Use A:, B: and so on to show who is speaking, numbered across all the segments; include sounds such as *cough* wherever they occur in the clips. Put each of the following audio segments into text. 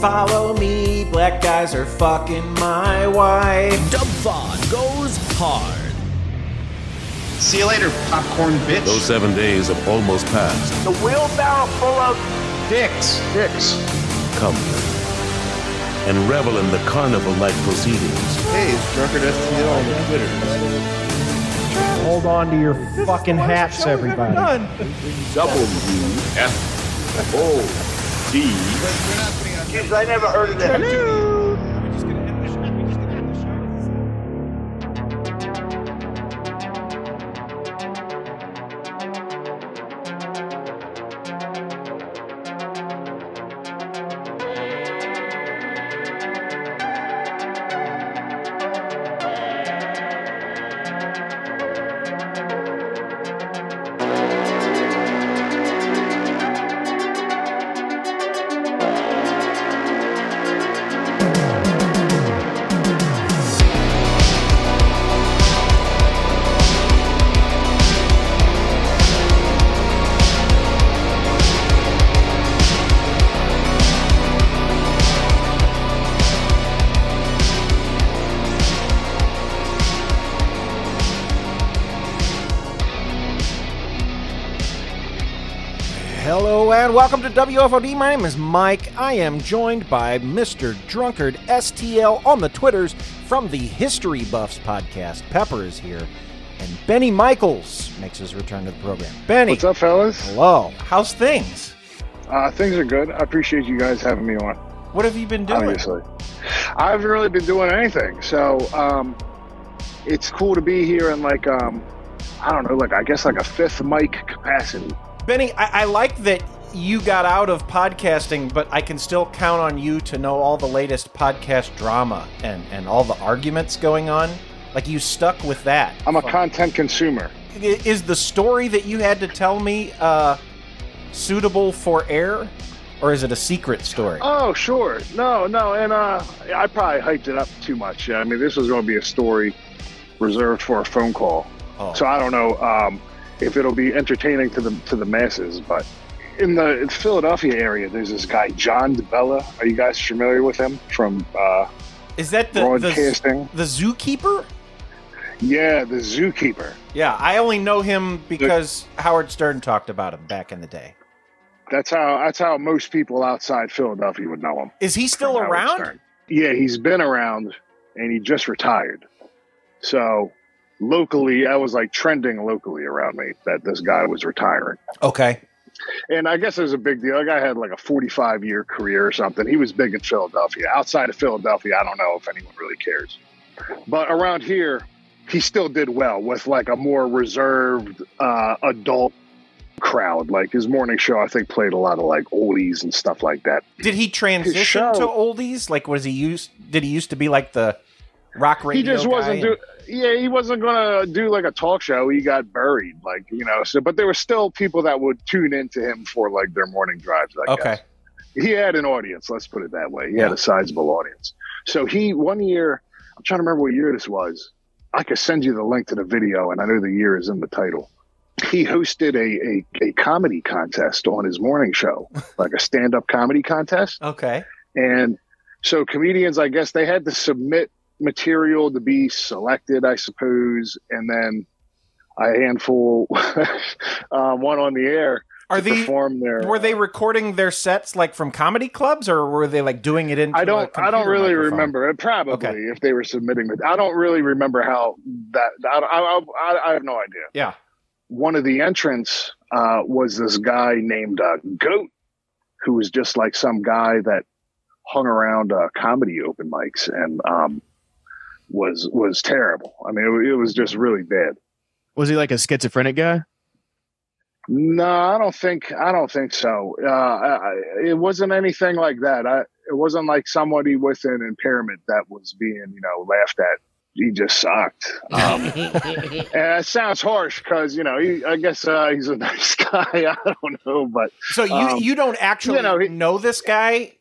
A: Follow me, black guys are fucking my wife.
B: Dubfod goes hard.
C: See you later, popcorn bitch.
D: Those seven days have almost passed.
E: The wheelbarrow full of
C: dicks. Dicks.
D: Come and revel in the carnival-like proceedings.
F: Hey, it's Drunker Destiny on the Twitter.
G: Hold on to your fucking hats, everybody.
D: W-F-O-D.
E: kids. I never heard of that.
A: Hello and welcome to WFOD. My name is Mike. I am joined by Mr. Drunkard STL on the Twitters from the History Buffs podcast. Pepper is here, and Benny Michaels makes his return to the program. Benny,
H: What's up, fellas?
A: hello. How's things?
H: Uh, things are good. I appreciate you guys having me on.
A: What have you been doing?
H: Obviously, I haven't really been doing anything, so um, it's cool to be here in like um, I don't know, like I guess like a fifth mic capacity.
A: Benny, I, I like that you got out of podcasting, but I can still count on you to know all the latest podcast drama and, and all the arguments going on. Like you stuck with that.
H: I'm a content consumer.
A: is the story that you had to tell me uh, suitable for air, or is it a secret story?
H: Oh, sure. No, no, and uh, I probably hyped it up too much. I mean, this was going to be a story reserved for a phone call,
A: Oh.
H: so I don't know um, if it'll be entertaining to the to the masses. But in the Philadelphia area, there's this guy John DeBella. Are you guys familiar with him from uh,
A: Is that the the,
H: broadcasting?
A: the zookeeper?
H: yeah, the zookeeper.
A: Yeah, I only know him because Howard Stern talked about him back in the day.
H: That's how that's how most people outside Philadelphia would know him.
A: Is he still
H: Howard
A: around?
H: Stern. Yeah, he's been around and he just retired. So locally, I was like trending locally around me that this guy was retiring.
A: Okay.
H: And I guess it was a big deal. Like I had like a 45 year career or something. He was big in Philadelphia. Outside of Philadelphia, I don't know if anyone really cares. But around here, he still did well with like a more reserved uh, adult crowd. Like his morning show, I think, played a lot of like oldies and stuff like that.
A: Did he transition
H: show-
A: to oldies? Like, was he used? Did he used to be like the rock radio?
H: he just
A: guy
H: wasn't
A: and-
H: do yeah he wasn't gonna do like a talk show he got buried like you know so but there were still people that would tune into him for like their morning drives I
A: Okay.
H: guess. he had an audience let's put it that way he had
A: Yeah.
H: a sizable audience so he one year i'm trying to remember what year this was i could send you the link to the video and i know the year is in the title he hosted a, a, a comedy contest on his morning show
A: *laughs*
H: like a stand-up comedy contest
A: Okay.
H: and so comedians, I guess they had to submit material to be selected, I suppose. And then a handful *laughs* uh, went on the air
A: Are
H: to
A: these
H: perform their.
A: were they recording their sets like from comedy clubs, or were they like doing it in?
H: I don't. I don't really
A: microphone?
H: remember. It probably
A: Okay.
H: if they were submitting, but I don't really remember how that. I, I, I, I have no idea.
A: Yeah.
H: One of the entrants uh, was this guy named uh, Goat, who was just like some guy that hung around uh, comedy open mics and um, was was terrible. I mean, it, wa- it was just really bad.
F: Was he like a schizophrenic guy?
H: No, I don't think I don't think so. Uh, I, I- it wasn't anything like that. I, it wasn't like somebody with an impairment that was being you know laughed at. He just sucked. Um, and Uh, it sounds harsh because you know he, I guess uh, he's a *laughs* nice guy. I don't know, but
A: So you
H: Um,
A: you don't actually
H: you know, he-
A: know this guy.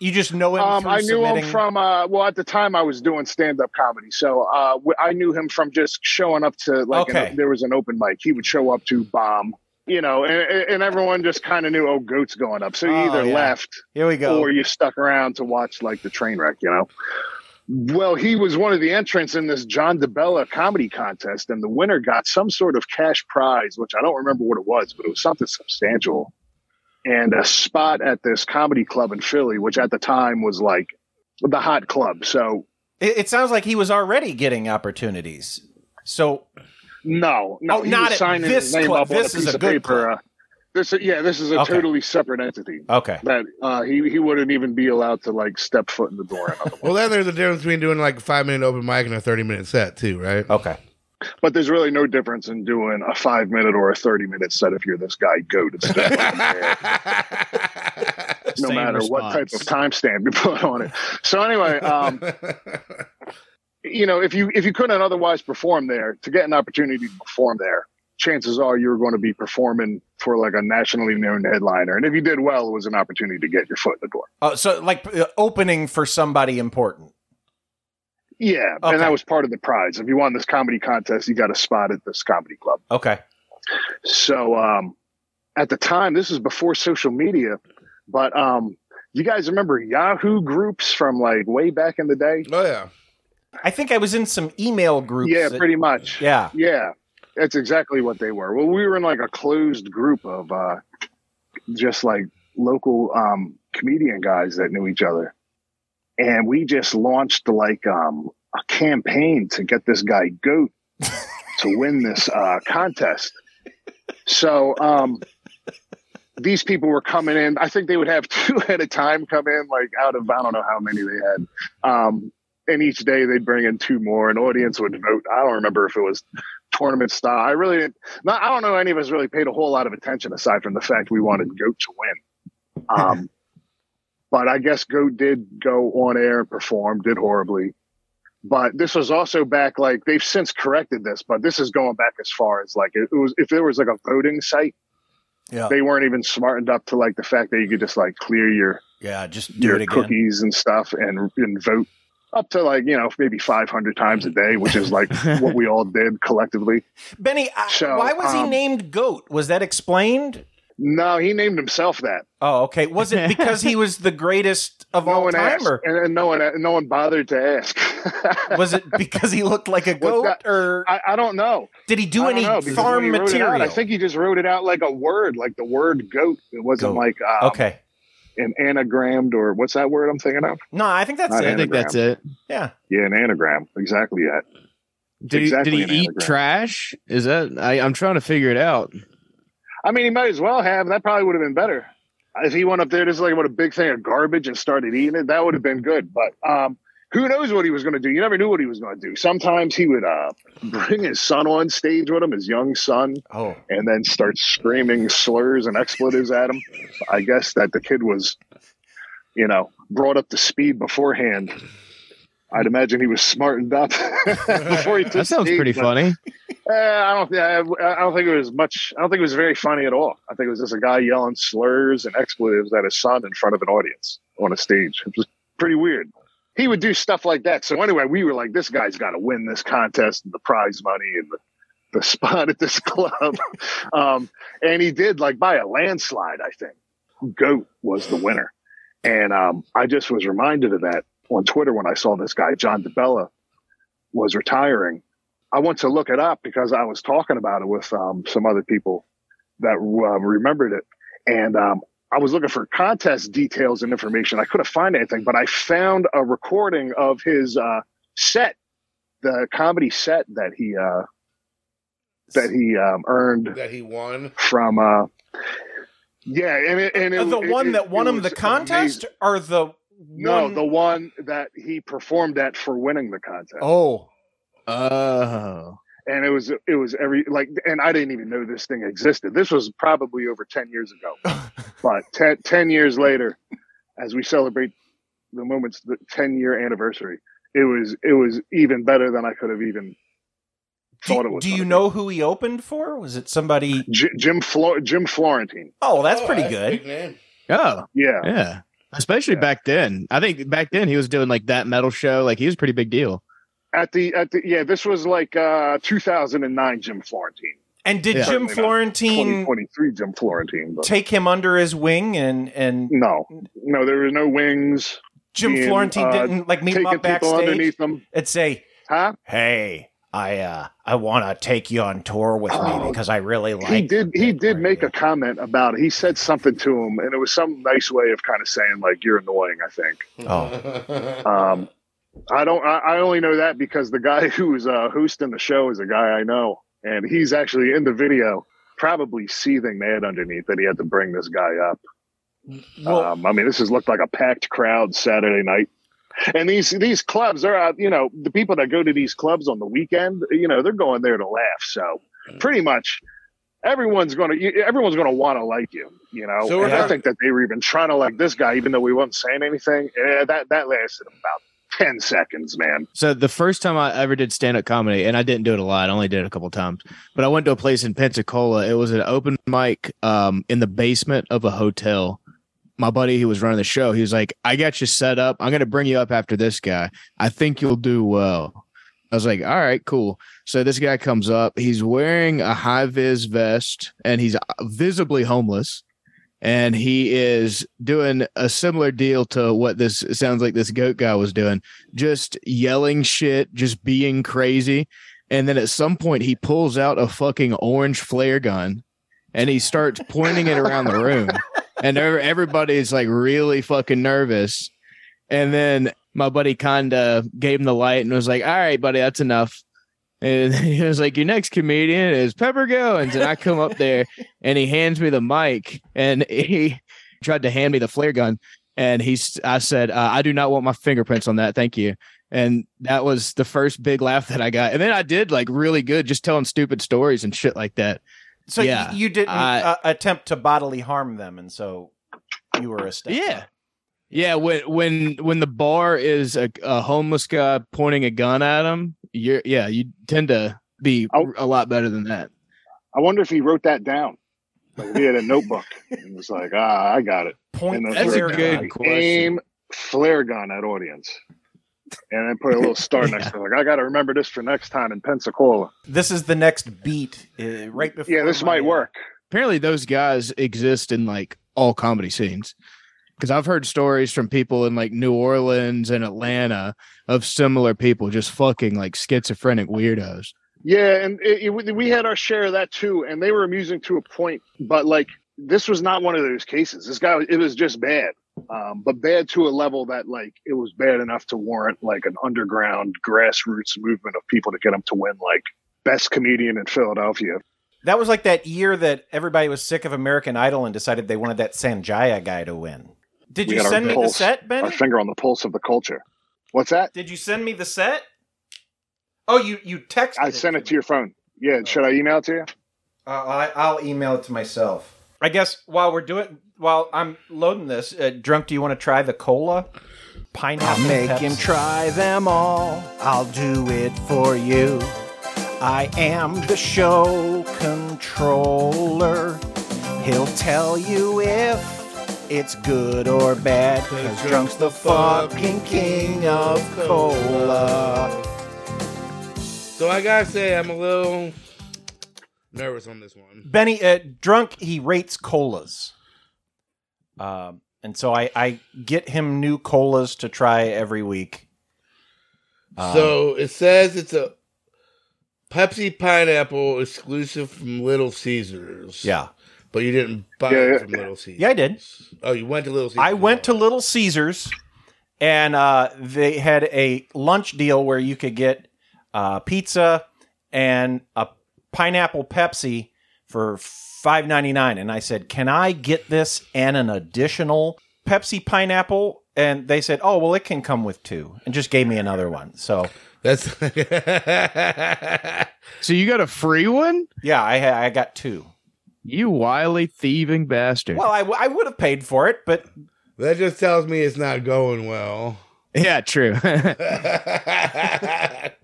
A: You just know him.
H: um,
A: through
H: I knew him
A: submitting-
H: from uh, well at the time I was doing stand up comedy, so uh, w- I knew him from just showing up to like an-
A: Okay.
H: there was an open mic. He would show up to bomb you know, and, and everyone just kind of knew, oh, goat's going up. So you
A: Oh,
H: either
A: yeah.
H: left
A: Here we go.
H: or you stuck around to watch like the train wreck, you know. Well, he was one of the entrants in this John DeBella comedy contest, and the winner got some sort of cash prize, which I don't remember what it was, but it was something substantial, and a spot at this comedy club in Philly, which at the time was like the hot club. So
A: It, it sounds like he was already getting opportunities. So
H: No, no,
A: Oh,
H: he
A: not
H: was
A: at
H: signing
A: this
H: his name
A: club.
H: up on a
A: This is
H: piece
A: a
H: of
A: good
H: paper. Uh,
A: club.
H: this, yeah, this is a
A: Okay.
H: totally separate entity
A: okay,
H: that uh, he he wouldn't even be allowed to like step foot in the door. in otherwise.
I: Well, then there's a difference between doing like a five minute open mic and a 30 minute set, too, right?
A: okay.
H: but there's really no difference in doing a five minute or a thirty minute set if you're this guy
F: *laughs*
H: goat. It's definitely- no
F: Same
H: matter what type of
F: response.
H: timestamp you put on it. So anyway, um, you know, if you if you couldn't otherwise perform there, to get an opportunity to perform there, chances are you were going to be performing for like a nationally known headliner, and if you did well, it was an opportunity to get your foot in the door.
A: Oh, so like uh, opening for somebody important.
H: Yeah,
A: Okay.
H: and that was part of the prize. If you won this comedy contest, you got a spot at this comedy club.
A: Okay.
H: So um, at the time, this is before social media, but um, you guys remember Yahoo groups from like way back in the day?
I: *laughs* oh, yeah.
A: I think I was in some email groups.
H: yeah,
A: that-
H: pretty much.
A: Yeah.
H: Yeah, that's exactly what they were. Well, we were in like a closed group of uh, just like local um, comedian guys that knew each other, and we just launched like um, a campaign to get this guy Goat to win this uh, contest. So um, these people were coming in. I think they would have *laughs* two at a time come in, like out of I don't know how many they had. Um, and each day they'd bring in two more. An audience would vote. I don't remember if it was tournament style. I really didn't. Not, I don't know. Any of us really paid a whole lot of attention aside from the fact we wanted Goat to win.
A: *laughs*
H: Um, but I guess Goat did go on air and perform. Did horribly. But this was also back like they've since corrected this, but this is going back as far as like it, it was if there was like a voting site,
A: Yeah.
H: they weren't even smartened up to like the fact that you could just like clear your
A: Yeah. Just do
H: your
A: it again.
H: cookies and stuff and and vote up to like you know maybe 500 times a day which
A: *laughs*
H: is like what we all did collectively
A: Benny, I,
H: So,
A: why was he
H: um,
A: named Goat? Was that explained?
H: no he named himself that
A: Oh, okay. Was it because he was the greatest of
H: no
A: all
H: one
A: time,
H: asked
A: or
H: and, and no one no one bothered to
A: *laughs*
H: ask
A: was it because he looked
H: *laughs*
A: like a goat,
H: that-
A: or
H: I, I don't know
A: did he
H: I
A: do
H: don't
A: any
H: know, because when
A: farm
H: he wrote it out,
A: material?
H: i think he just wrote it out like a word like the word goat it wasn't
A: Goat.
H: like um,
A: okay.
H: an anagrammed or what's that word i'm thinking of
A: No, I think that's
H: I
A: it.
F: I think that's it.
A: Yeah.
H: yeah an anagram exactly that
F: Did
H: Exactly
F: he,
H: an
F: did he eat
H: anagram.
F: trash? Is that I, I'm trying to figure it out.
H: I mean, he might as well have. That probably would have been better if he went up there just like what a big thing of garbage and started eating it. That would have been good. But um, who knows what he was going to do? You never knew what he was going to do. Sometimes he would uh, bring his son on stage with him, his young son,
A: Oh,
H: and then start screaming slurs and expletives at him. I guess that the kid was, you know, brought up to speed beforehand. I'd imagine he was smartened up *laughs* before he took
F: That sounds
H: stage,
F: pretty
H: but- *laughs*
F: funny.
H: Eh, I don't. thi- I, I don't think it was much. I don't think it was very funny at all. I think it was just a guy yelling slurs and expletives at his son in front of an audience on a stage. It was pretty weird. He would do stuff like that. So anyway, we were like, "This guy's got to win this contest and the prize money and the, the spot at this *laughs* club." um, and he did, like by a landslide, I think. Goat was the winner, and um, I just was reminded of that on Twitter when I saw this guy John DeBella was retiring. I went to look it up because I was talking about it with um, some other people that um, remembered it, and um, I was looking for contest details and information. I couldn't find anything, but I found a recording of his uh, set, the comedy set that he uh, that he um, earned
I: That he won.
H: from. Uh, yeah, and it, and it,
A: Uh, the
H: it-
A: one
H: it-
A: that won
H: it
A: him the
H: was
A: contest, or the
H: amazing.
A: one-
H: No, the one that he performed at for winning the contest.
A: oh,
F: Oh,
H: and it was it was every like and i didn't even know this thing existed this was probably over 10 years
A: *laughs*
H: ago but ten, 10 years later as we celebrate the moment's the 10 year anniversary it was it was even better than i could have even thought it
A: do,
H: was
A: do you
H: gonna
A: know who he opened for? Was it somebody?
H: be. J- jim Flo- jim florentine
A: Oh, that's
I: Oh,
A: pretty
I: a
A: good.
I: big name.
F: oh,
H: yeah
F: yeah. Especially
H: Yeah.
F: back then. I think back then he was doing like that metal show. Like he was a pretty big deal.
H: at the at the yeah this was like uh 2009 jim florentine
A: And did
F: Yeah.
A: Jim
H: Certainly not
A: Florentine
H: 2023 Jim Florentine. But
A: take him under his wing and and
H: no, no, there was no wings.
A: Jim
H: being,
A: Florentine
H: uh,
A: didn't like meet him
H: taking
A: up
H: people
A: backstage
H: underneath them,
A: and say,
H: huh?
A: "Hey, I uh I want to take you on tour with me because I really like."
H: Oh. he did he
A: Nick
H: did make
A: Ray."
H: a comment about it. He said something to him, and it was some nice way of kind of saying like you're annoying. I think.
A: Oh,
H: Um, I don't. I, I only know that because the guy *laughs* who's uh, hosting the show is a guy I know, and he's actually in the video, probably seething mad underneath that he had to bring this guy up.
A: well,
H: um, I mean, this has looked like a packed crowd Saturday night. And these these clubs are out, you know, the people that go to these clubs on the weekend, you know, they're going there to laugh. So pretty much everyone's going to everyone's going to want to like you, you know.
I: So we're
H: and I
I: not-
H: think that they were even trying to like this guy, even though we weren't saying anything. Yeah, that that lasted about ten seconds, man.
F: So the first time I ever did stand up comedy, and I didn't do it a lot, I only did it a couple times. But I went to a place in Pensacola. It was an open mic um, in the basement of a hotel. My buddy who was running the show, he was like, "I got you set up. I'm going to bring you up after this guy. I think you'll do well." I was like, "All right, cool." So this guy comes up. He's wearing a high vis vest, and he's uh, visibly homeless. And he is doing a similar deal to what this it sounds like this goat guy was doing just yelling shit, just being crazy. And then at some point, he pulls out a fucking orange flare gun and he starts pointing it around the room. And ev- everybody's like really fucking nervous. And then my buddy kinda gave him the light and was like, All right, buddy, that's enough. And *laughs* he was like, Your next comedian is Pepper Goins. And I come up there and he hands me the mic and he tried to hand me the flare gun. And he's, I said, uh, I do not want my fingerprints on that. Thank you. And that was the first big laugh that I got. And then I did like really good, just telling stupid stories and shit like that.
A: so
F: yeah,
A: you, you didn't
F: I-
A: uh, attempt to bodily harm them, and so you were a step.
F: Yeah. Yeah, when when when the bar is a, a homeless guy pointing a gun at him, you're yeah, you tend to be
H: Oh.
F: a lot better than that.
H: I wonder if he wrote that down. Like he had a notebook and was like, ah, I got it.
A: Point.
H: And
F: That's a
A: flare
H: flare
F: good
A: gun.
H: gun.
F: question.
H: Aim flare gun at audience. And then put a little *laughs* star next to it. Like, I got to remember this for next time in Pensacola.
A: This is the next beat, uh, right before.
H: Yeah, this
A: my,
H: might
A: uh,
H: work.
F: Apparently those guys exist in like all comedy scenes. Cuz I've heard stories from people in like New Orleans and Atlanta of similar people just fucking like schizophrenic weirdos.
H: Yeah, and it, it, we had our share of that too. And they were amusing to a point, but like, this was not one of those cases. This guy, it was just bad. Um, but bad to a level that like it was bad enough to warrant like an underground grassroots movement of people to get him to win like best comedian in Philadelphia
A: That was like that year that everybody was sick of American Idol and decided they wanted that Sanjaya guy to win. Did
H: We
A: you
H: got our
A: send me the
H: pulse,
A: set, Benny?
H: our finger on the pulse of the culture. What's that?
A: Did you send me the set? Oh, you you texted.
H: I sent it to your phone. Yeah, should I email it to you?
A: Uh, I, I'll email it to myself. I guess while we're doing, while I'm loading this, uh, drunk. Do you want to try the cola? Pineapple.
B: Make
A: Pepsi.
B: him try them all. I'll do it for you. I am the show controller. He'll tell you if it's good or bad. Cause Drunk's the fucking king of cola.
I: *laughs* So I gotta say, I'm a little nervous on this one.
A: Benny, uh, drunk, he rates colas. Um, and so I, I get him new colas to try every week. Um,
I: so it says it's a Pepsi pineapple exclusive from Little Caesars.
A: yeah.
I: but you didn't buy
H: Yeah.
I: it from Little Caesars.
A: Yeah, I did.
I: Oh, you went to Little Caesars.
A: I went to Little Caesars and uh, they had a lunch deal where you could get uh, pizza and a pineapple Pepsi for five ninety nine. And I said, Can I get this and an additional Pepsi pineapple? And they said, Oh, well, it can come with two. And just gave me another one. So *laughs*
I: That's *laughs*
F: So you got a free one?
A: Yeah, I ha- I got two.
F: You wily thieving bastard.
A: Well, I, w- I would have paid for it, but
I: that just tells me it's not going well. *laughs*
F: yeah, true. *laughs*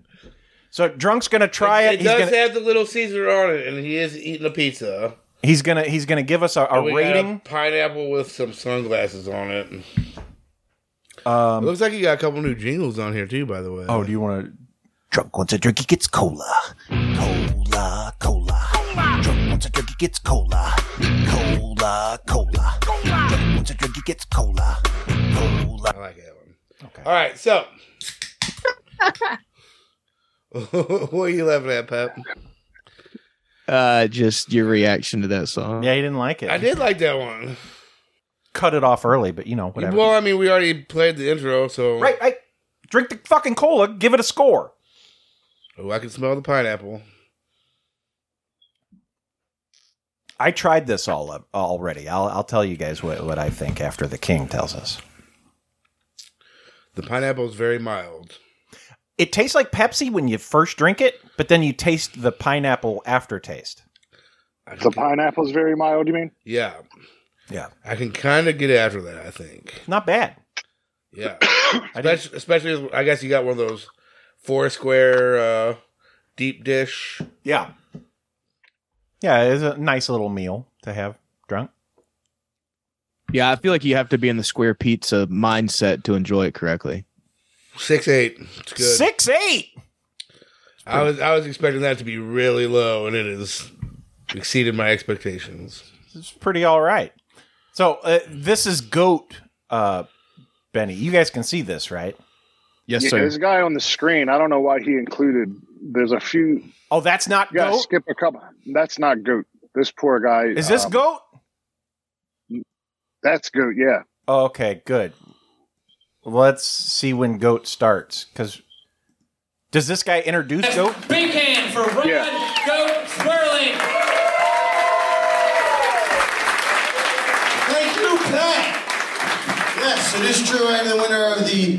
I: Try
A: so drunk's gonna try
I: it.
A: it. He's
I: does
A: gonna,
I: have the Little Caesar on it, and he is eating a pizza.
A: he's gonna he's gonna give us a, a
I: We got
A: rating.
I: pineapple with some sunglasses on it.
A: Um,
I: Looks like you got a couple new jingles on here too, by the way.
A: oh, do you want to?
B: Drunk wants a drink, he gets cola. Cola, cola. Once a drink, he gets cola. Cola, cola. Once a drink, he gets cola. Cola.
I: I like that one. Okay. All right, so. *laughs* what are you laughing at, Pep?
F: Uh, just your reaction to that song.
A: Yeah, he didn't like it.
I: I did like that one.
A: cut it off early, but you know whatever.
I: Well, I mean, we already played the intro, so
A: right, right. Drink the fucking cola. Give it a score.
I: Oh, I can smell the pineapple.
A: I tried this all up already. I'll I'll tell you guys what, what I think after the king tells us.
I: The pineapple is very mild.
A: It tastes like Pepsi when you first drink it, but then you taste the pineapple aftertaste.
I: I
H: The
I: can,
H: pineapple's very mild, you mean?
I: yeah,
A: Yeah,
I: I can kind of get after that. I think.
A: not bad. *coughs*
I: Yeah, especially, especially I guess you got one of those four square uh, deep dish.
A: Yeah, yeah. It's a nice little meal to have drunk.
F: Yeah, I feel like you have to be in the square pizza mindset to enjoy it correctly.
I: Six eight. It's good.
A: Six eight.
I: I was I was expecting that to be really low, and it is exceeded my expectations.
A: It's pretty all right. So uh, this is goat, uh, Benny. You guys can see this, right?
F: Yes,
H: Yeah,
F: sir.
H: there's a guy on the screen. I don't know why he included. There's a few.
A: Oh, that's not
H: You gotta
A: goat.
H: skip a couple. That's not goat. This poor guy.
A: Is this
H: um,
A: goat?
H: That's goat. Yeah.
A: Oh, okay, good. Let's see when Goat starts. Because does this guy introduce Goat?
J: Big hand for Rod
H: Yeah.
J: Goat Swirling.
K: Thank you, Pat. Yes, it is true. I am the winner of the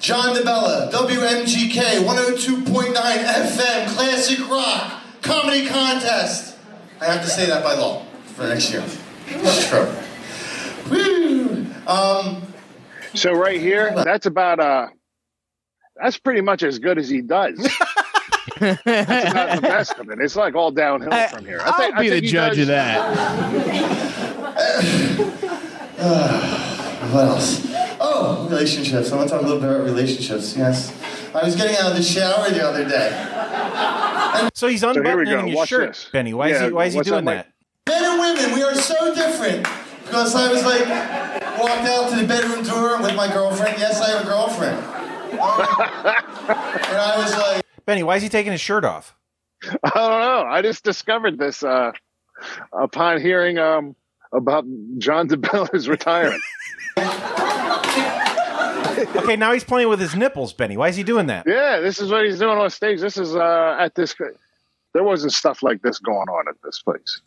K: John DeBella WMGK 102.9 FM Classic Rock Comedy Contest. I have to say that by law for next year. It's true. Woo! Um,
H: So right here, that's about uh that's pretty much as good as he
F: *laughs*
H: does. that's about the best of it. It's like all downhill from here.
F: I'll
H: think-
F: be the
H: think he
F: judge
H: does-
F: of that.
K: what else? Oh, relationships. I want to talk a little bit about relationships. Yes. I was getting out of the shower the other day.
A: So he's
H: we
A: unbuttoning
H: go.
A: his
H: Watch
A: shirt,
H: this.
A: Benny. Why is
H: Yeah,
A: he? Why is he
H: what's
A: doing
H: that like?
A: that?
K: Men and women, we are so different. Because I was like, walked out to the bedroom door with my girlfriend. Yes, I have a girlfriend. and I was like,
A: Benny, why is he taking his shirt off?
H: I don't know. I just discovered this uh upon hearing um about John DeBella's *laughs* retirement.
A: Okay, now he's playing with his nipples, Benny. Why is he doing that?
H: yeah, this is what he's doing on stage. This is uh at this there wasn't stuff like this going on at this place.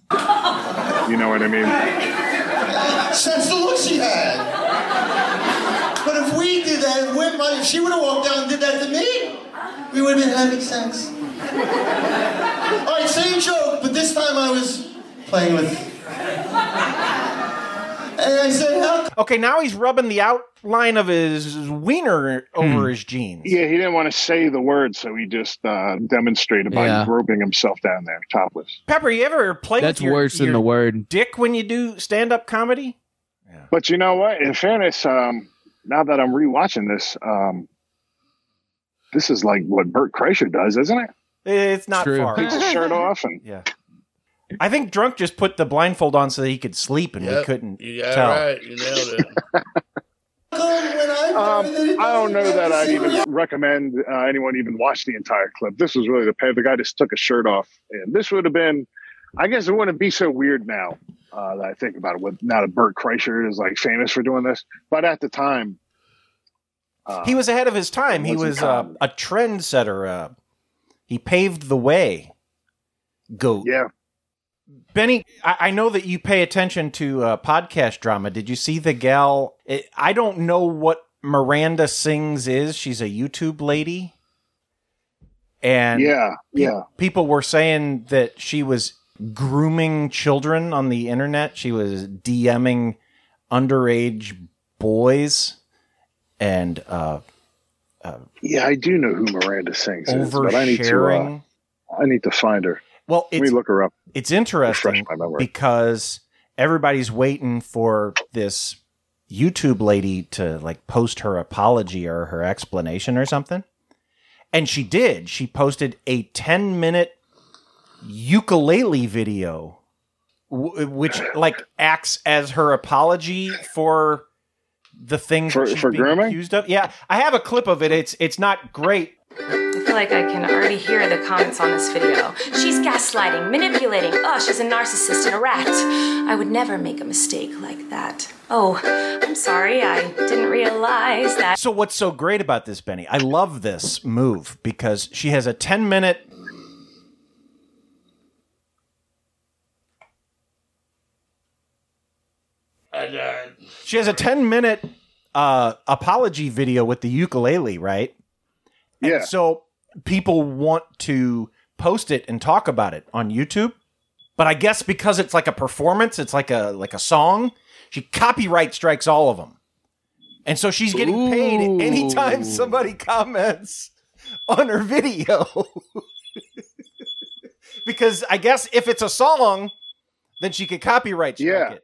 H: You know what I mean?
K: that's the look she had. But if we did that, if, we- if she would have walked out and did that to me, we would have been having sex. All right, same joke, but this time I was playing with. And I said, how
A: Okay, now he's rubbing the outline of his wiener over
F: Hmm.
A: his jeans.
H: Yeah, he didn't want to say the word, so he just uh, demonstrated by
F: Yeah.
H: groping himself down there, topless.
A: Pepper, you ever play
F: That's
A: with your,
F: worse than
A: your
F: the word.
A: dick when you do stand-up comedy?
H: But you know what? In fairness, um, now that I'm rewatching this, um, this is like what Bert Kreischer does, isn't it?
A: It's not
F: True.
A: far.
H: Takes his shirt off, and
A: yeah. I think drunk just put the blindfold on so that he could sleep, and we
I: Yep.
A: couldn't
I: You got it
A: tell.
I: right. You nailed it.
K: come when I
H: um, I don't know that I'd even recommend uh, anyone even watch the entire clip. This was really the pay. The guy just took his shirt off, and this would have been, I guess, it wouldn't be so weird now uh, that I think about it. With now that Bert Kreischer is like famous for doing this, but at the time, uh,
A: he was ahead of his time. He
H: Wasn't
A: was uh,
H: common.
A: a trendsetter. Uh, he paved the way. Goat.
H: yeah.
A: Benny, I, I know that you pay attention to uh, podcast drama. Did you see the gal? It, I don't know what Miranda Sings is. She's a YouTube lady. And
H: yeah, yeah.
A: people were saying that she was grooming children on the internet. She was DMing underage boys. And uh,
H: Yeah, I do know who Miranda Sings is, but I need to uh,
A: oversharing.
H: I need to find her.
A: Well,
H: Let me
A: it's
H: look her up.
A: it's
H: Refresh
A: interesting
H: my memory.
A: because everybody's waiting for this YouTube lady to like post her apology or her explanation or something. And she did. She posted a 10 minute ukulele video, w- which like acts as her apology for the things
H: For-
A: that she's
H: for
A: being
H: grooming?
A: accused of. Yeah, I have a clip of it. It's it's not great.
L: I feel like I can already hear the comments on this video. She's gaslighting, manipulating. Oh, she's a narcissist and a rat. I would never make a mistake like that. Oh, I'm sorry. I didn't realize that.
A: So what's so great about this, Benny? I love this move because she has a 10 minute She has a 10 minute uh, apology video with the ukulele, right?
H: Yeah.
A: And so people want to post it and talk about it on YouTube. But I guess because it's like a performance, it's like a like a song, she copyright strikes all of them. And so she's getting paid anytime somebody comments on her video. *laughs* because I guess if it's a song, then she could copyright strike
H: Yeah.
A: it.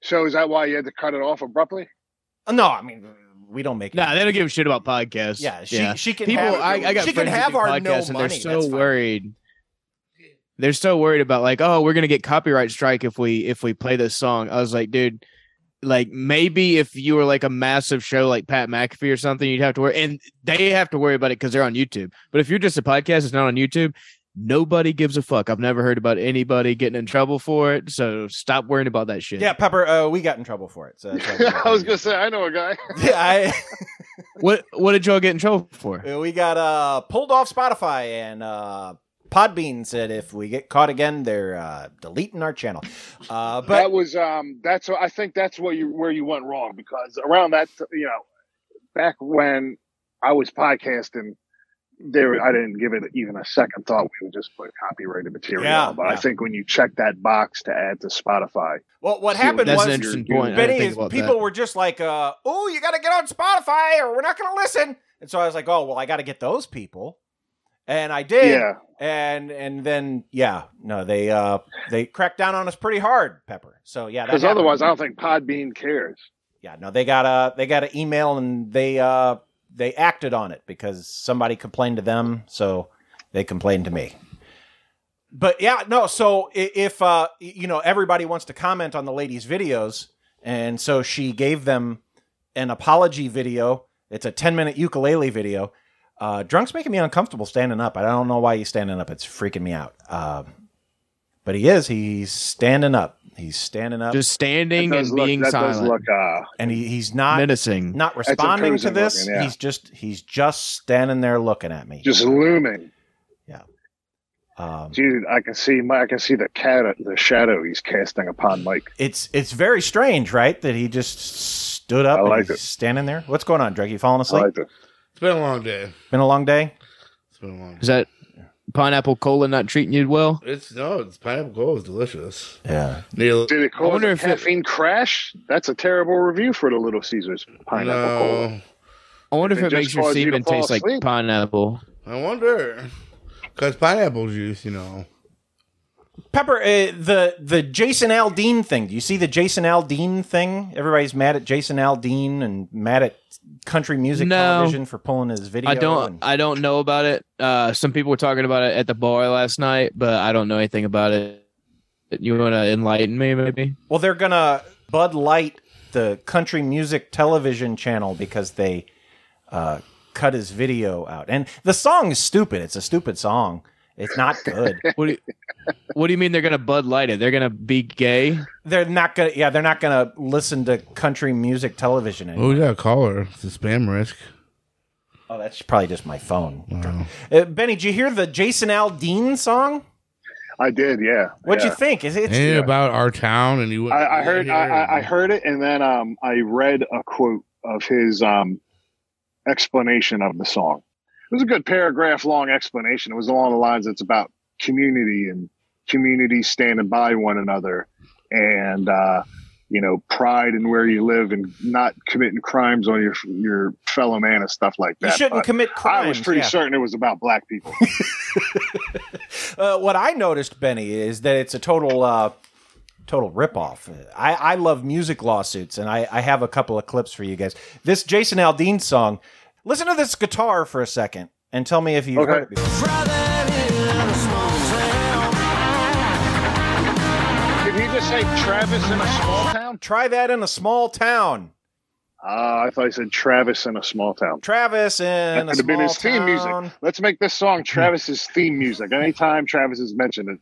H: So is that why you had to cut it off abruptly? *laughs*
A: No, I mean we don't make.
F: Nah, they don't give a shit about podcasts.
A: Yeah, she- she can
F: People,
A: have-
F: I, I got
A: she can
F: friends who
A: have
F: do
A: our
F: podcasts
A: no
F: and
A: money,
F: They're
A: that's
F: so
A: fine.
F: worried. They're so worried about like, oh, we're gonna get copyright strike if we if we play this song. I was like, dude, like maybe if you were like a massive show like Pat McAfee or something, you'd have to worry, and they have to worry about it because they're on YouTube. But if you're just a podcast, it's not on YouTube. Nobody gives a fuck. I've never heard about anybody getting in trouble for it. So stop worrying about that shit.
A: Yeah, Pepper, uh, we got in trouble for it. So that's
H: *laughs*
A: why we got-
H: I was
A: *laughs*
H: gonna say I know a guy.
A: yeah,
F: What what did y'all get in trouble for?
A: I, we got uh, pulled off Spotify, and uh, Podbean said if we get caught again, they're uh, deleting our channel. Uh, but
H: that was um that's what- I think that's where you where you went wrong because around that you know back when I was podcasting there I didn't give it even a second thought we would just put copyrighted material
A: Yeah,
H: but I
A: yeah.
H: think when you check that box to add to Spotify
A: well, what happened
F: That's
A: was
F: an interesting point. I didn't
A: Benny
F: think
A: is
F: about
A: people
F: that.
A: were just like, uh, "Oh, you got to get on Spotify, or we're not going to listen." And so I was like, "Oh, well, I got to get those people," and I did.
H: yeah
A: And and then yeah, no, they uh they cracked down on us pretty hard, Pepper. So yeah, that
H: because
A: happened.
H: otherwise I don't think Podbean cares
A: yeah no they got a they got an email and they uh they acted on it because somebody complained to them so they complained to me but yeah no so i- if uh y- you know everybody wants to comment on the lady's videos and so she gave them an apology video it's a 10 minute ukulele video uh drunk's making me uncomfortable standing up i don't know why he's standing up it's freaking me out um but he is he's standing up he's standing up
F: Just
H: That
F: standing
H: does
F: and
H: look-
F: being
H: that does
F: silent,
H: look uh
A: and he, he's not
F: menacing.
A: not
H: It's
A: responding to
H: imposing
A: this.
H: looking, yeah.
A: He's just he's just standing there looking at me.
H: just looming
A: Um,
H: dude I can see my I can see the cat the shadow he's casting upon Mike
A: it's it's very strange, right? That he just stood up
H: I
A: and
H: like
A: he's
H: it.
A: standing there. What's going on, Drake? You falling
H: I
A: asleep?
H: like it
I: *laughs* It's been a long day.
A: Been a long day.
I: It's been a long.
F: Is that pineapple cola not treating you well?
I: It's no. It's pineapple cola is delicious.
A: Yeah.
I: Neil,
H: did it
F: I
H: cause
F: wonder
H: a
F: if it-
H: caffeine crash that's a terrible review for the Little Caesars pineapple cola.
I: no.
F: I wonder if
H: It
F: it
H: just
F: makes your
H: caused you to
F: semen
H: fall
F: taste like
H: asleep.
F: pineapple.
I: I wonder, because pineapple juice, you know.
A: Pepper, uh, the the Jason Aldean thing. Do you see the Jason Aldean thing? Everybody's mad at Jason Aldean and mad at country music
F: No.
A: television for pulling his video.
F: I don't.
A: and-
F: I don't know about it. Uh, some people were talking about it at the bar last night, but I don't know anything about it. You want to enlighten me, maybe?
A: Well, they're gonna Bud Light the country music television channel because they uh, cut his video out, and the song is stupid. It's a stupid song. It's not
H: *laughs*
A: good.
F: What do you, What do you mean they're gonna Bud Light it? They're gonna be gay?
A: they're not gonna. Yeah, they're not gonna listen to country music television
I: Oh,
A: anymore.
I: we got a caller. It's a spam risk.
A: Oh, that's probably just my phone. Uh, Benny, did you hear the Jason Aldean song?
H: I did, yeah.
A: What'd
H: yeah.
A: you think? Is it?
I: Ain't it Eh, about our town? And you.
H: I, I heard, I, I- I heard it, and then um, I read a quote of his um, explanation of the song. It was a good paragraph long explanation. It was along the lines it's about community and community standing by one another, and uh, you know, pride in where you live, and not committing crimes on your your fellow man and stuff like
A: You
H: that.
A: shouldn't
H: But
A: commit crimes.
H: I was pretty
A: yeah.
H: certain it was about
A: *laughs*
H: black people.
A: Uh, what I noticed, Benny, is that it's a total uh, total ripoff. I, I love music lawsuits, and I, I have a couple of clips for you guys. This Jason Aldean song. Listen to this guitar for a second, and tell me if you've
H: Okay.
A: heard it before.
M: Driving in a small
H: say Travis in a small town?
A: Try that in a small town.
H: Ah, I thought you said Travis in a small town.
A: Travis in
H: That
A: a
H: could have been
A: small
H: his theme
A: town. Hmm.
H: music. Let's make this song Travis's theme music. Anytime Travis is mentioned, it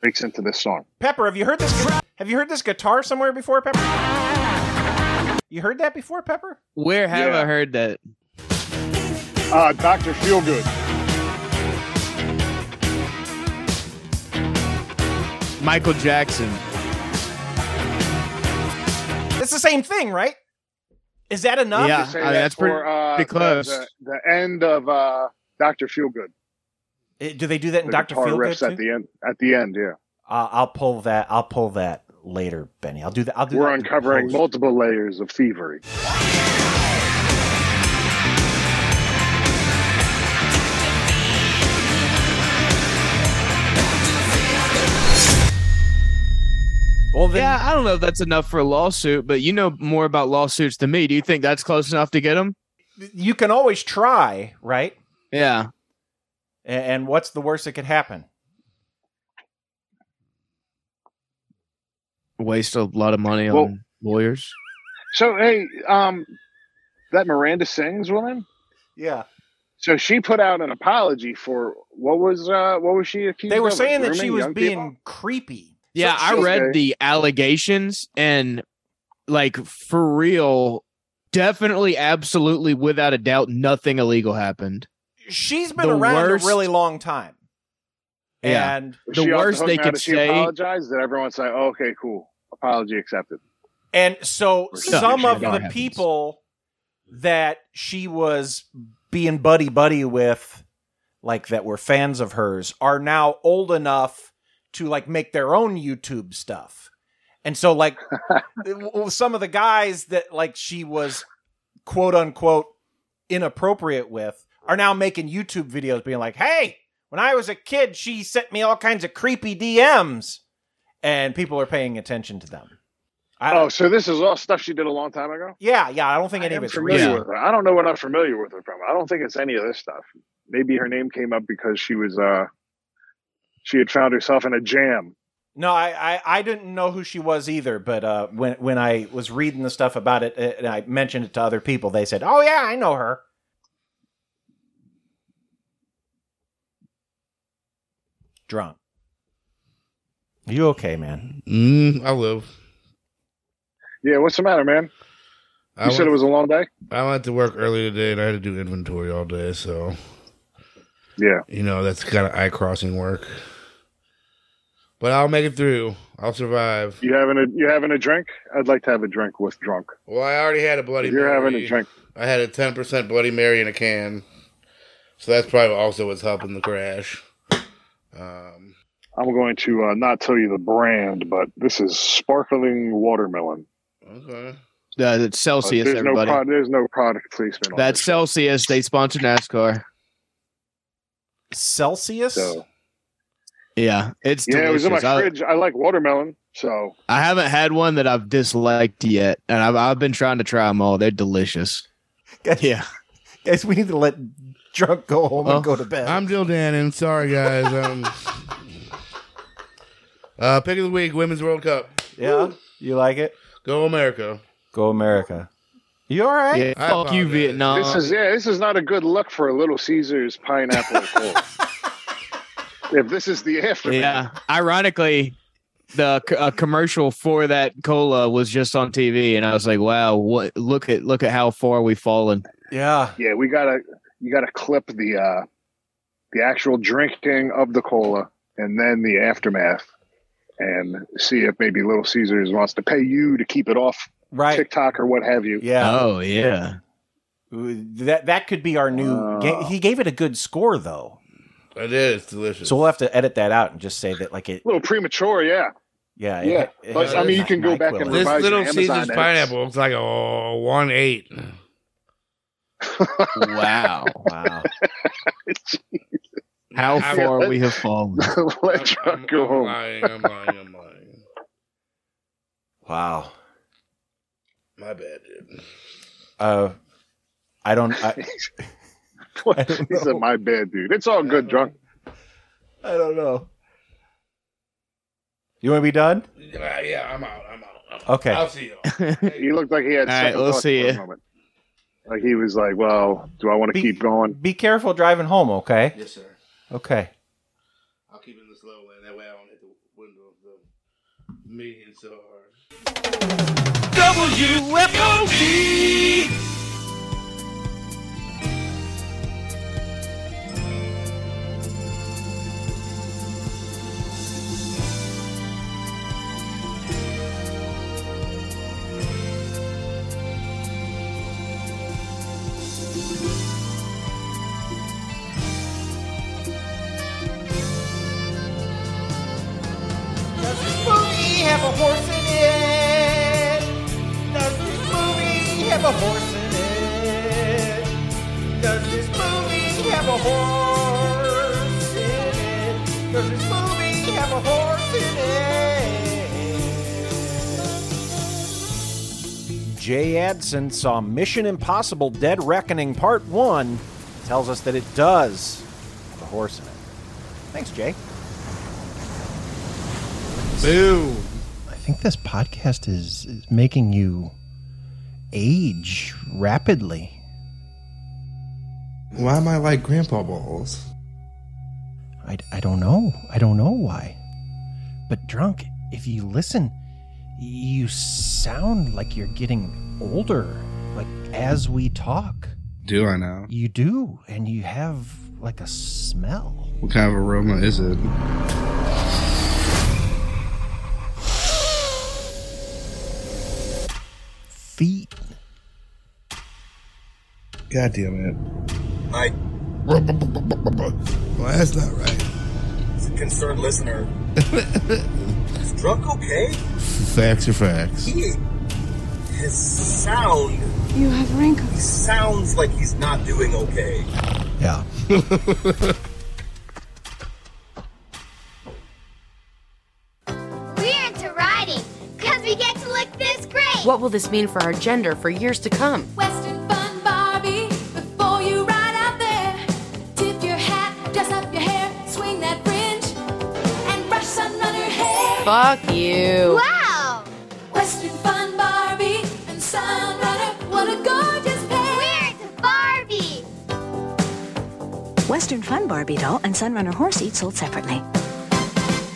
H: breaks into this song.
A: Pepper, have you heard this? gu- Have you heard this guitar somewhere before, Pepper? You heard that before, Pepper?
F: Where have
H: Yeah.
F: I heard that?
H: Uh, Dr. Feelgood.
F: Michael Jackson.
A: It's the same thing, right? Is that enough?
F: Yeah,
H: Say
F: I mean,
H: that
F: that's pretty-
H: for, uh,
F: pretty
H: the-
F: close.
H: The, the end of uh, Dr. Feelgood.
A: Uh, Do they do that in
H: The
A: Doctor
H: guitar
A: Feelgood
H: riffs
A: too?
H: at the end. At the end, yeah.
A: Uh, I'll pull that. I'll pull that later, Benny. I'll do that. I'll do.
H: We're
A: that in
H: uncovering
A: post.
H: multiple layers of thievery.
A: Well, then,
F: yeah, I don't know if that's enough for a lawsuit, but you know more about lawsuits than me. Do you think that's close enough to get them?
A: You can always try, right?
F: Yeah.
A: A- And what's the worst that could happen?
F: Waste a lot of money
H: Well-
F: on lawyers.
H: So, hey, um, that Miranda Sings woman.
A: Yeah.
H: So she put out an apology for what was uh, what was she accused?
A: They were
H: of?
A: saying that
H: Grooming
A: she was
H: young
A: being
H: people?
A: creepy.
F: Yeah, I
H: so-
F: read
H: okay.
F: the allegations and like for real, definitely, absolutely, without a doubt, nothing illegal happened.
A: She's been
F: The
A: around
F: worst-
A: a really long time.
F: Yeah.
A: And
H: Was
F: the
H: she off
F: worst
H: hook
F: they
H: now
F: could
H: that she
F: say-
H: apologized. That everyone say, oh, "Okay, cool, apology accepted."
A: and so
H: Or
A: some
H: something.
A: of
F: Yeah,
A: the
F: it happens.
A: people that she was being buddy buddy with, like that were fans of hers, are now old enough to like make their own YouTube stuff. And so like w- w- some of the guys that like she was quote unquote inappropriate with are now making YouTube videos being like, "Hey, when I was a kid, she sent me all kinds of creepy DMs." And people are paying attention to them. I,
H: Oh, so this is all stuff she did a long time ago.
A: yeah, yeah, I don't think
H: I
A: any of
H: am
A: it's
H: familiar
A: real.
H: with her. I don't know what I'm familiar with her from. I don't think it's any of this stuff. Maybe her name came up because she was uh, she had found herself in a jam.
A: No, I, I, I didn't know who she was either, but uh, when when I was reading the stuff about it uh, and I mentioned it to other people, they said, "Oh yeah, I know her." Drunk. You okay, man?
I: Mm, I live.
H: Yeah, what's the matter, man? You
I: I
H: said it
I: went,
H: was a long day.
I: I went to work early today and I had to do inventory all day, so
H: Yeah.
I: you know that's kind of eye crossing work. But I'll make it through. I'll survive.
H: You having a you having a drink? I'd like to have a drink with drunk.
I: Well, I already had a Bloody
H: If you're
I: Mary.
H: having a drink.
I: I had a ten percent Bloody Mary in a can, so that's probably also what's helping the crash. Um,
H: I'm going to uh, not tell you the brand, but this is sparkling watermelon.
I: okay.
F: Uh,
H: Uh,
F: that's Celsius,
H: there's no
F: everybody.
H: pro- there's no product placement. On
F: that's
H: this,
F: Celsius. They sponsor NASCAR.
A: Celsius.
H: So
F: Yeah, it's
H: yeah, it was in my
F: delicious. I-
H: fridge. I like watermelon, so
F: I haven't had one that I've disliked yet, and I've, I've been trying to try them all. They're delicious.
A: Guys,
F: Yeah,
A: *laughs* guys, we need to let drunk go home
F: Oh,
A: and go to bed.
I: I'm Dill Dannon. Sorry, guys. Um, *laughs* uh, pick of the week: Women's World Cup.
A: yeah, you like it?
I: Go America.
A: Go America. You all right?
F: yeah.
I: I
F: Fuck you,
I: apologize.
F: Vietnam.
H: this is yeah, this is not a good look for a Little Caesars pineapple. and cola. if this is the aftermath,
F: yeah. Ironically, the c- uh, commercial for that cola was just on TV, and I was like, "Wow, what? Look at look at how far we've fallen."
A: Yeah.
H: yeah, we gotta you gotta clip the uh, the actual drinking of the cola and then the aftermath, and see if maybe Little Caesars wants to pay you to keep it off
A: Right.
H: TikTok or what have you.
A: Yeah.
F: Oh yeah,
A: That that could be our new.
H: Wow.
A: ga- he gave it a good score though,
I: It is delicious.
A: so we'll have to edit that out and just say that like it.
H: A little premature,
F: *laughs*
H: yeah.
A: Yeah,
H: Yeah,
A: It,
H: but,
A: has
I: I mean,
A: a
H: you can go back and
A: NyQuil in
I: this
A: it.
H: revise
I: little
H: your Amazon
I: Caesar's
H: ads.
I: pineapple looks like a one eight.
N: *laughs*
F: wow,
A: Wow.
F: how
I: I-
F: far we have fallen.
H: Let Chuck go home.
I: lying. I'm lying. I'm lying.
A: Wow.
I: My bad, dude.
A: Uh, I don't. I, I don't
H: *laughs*
F: *laughs*
H: He said,
A: know.
H: "My bad, dude. It's all good, drunk."
A: I don't know.
O: You want to be done?
I: Yeah, Uh, yeah, I'm out. I'm out. I'm out.
O: Okay.
I: I'll see you.
P: *laughs*
H: he looked like he had.
F: All right,
H: second
F: we'll
H: thoughts
F: see
H: for a
F: ya.
H: moment. Like he was like, "Well, do I want to keep going?"
O: Be careful driving home, okay?
I: Yes, sir.
O: Okay.
I: I'll keep it in this low lane. That way I don't hit the window of the median so hard.
Q: WFOD!
R: Does this movie have a horse in it? Does this movie have a horse in it? Does this movie have a horse in it? Does this movie have a horse in it?
O: Jay Adson saw Mission Impossible Dead Reckoning Part 1, tells us that it does have a horse in it. Thanks, Jay.
F: Boo.
A: I think this podcast is, is making you age rapidly.
P: Why am I like grandpa balls?
A: I, I don't know. I don't know why. But drunk, if you listen, you sound like you're getting older. Like as we talk,
P: Do I now?
A: you do, and you have like a smell.
P: What kind of aroma is it?
A: Feet.
P: God damn it.
N: I.
P: Well, that's not right.
N: As a
P: *laughs*
N: concerned listener. is drunk okay?
P: Facts are facts.
N: He. His sound. You have wrinkles. He sounds like he's not doing okay.
A: Yeah.
K: We're into riding because we get to look this great.
S: What will this mean for our gender for years to come?
K: Western fun, Barbie.
B: Before you ride out there, tip your hat, dress up your hair, swing that fringe, and brush sun on her hair.
S: Fuck you.
K: Wow!
B: Western fun Barbie and Sunrunner, what a gorgeous pair.
K: We're into Barbie.
T: Western Fun Barbie doll and Sunrunner horse seat sold separately.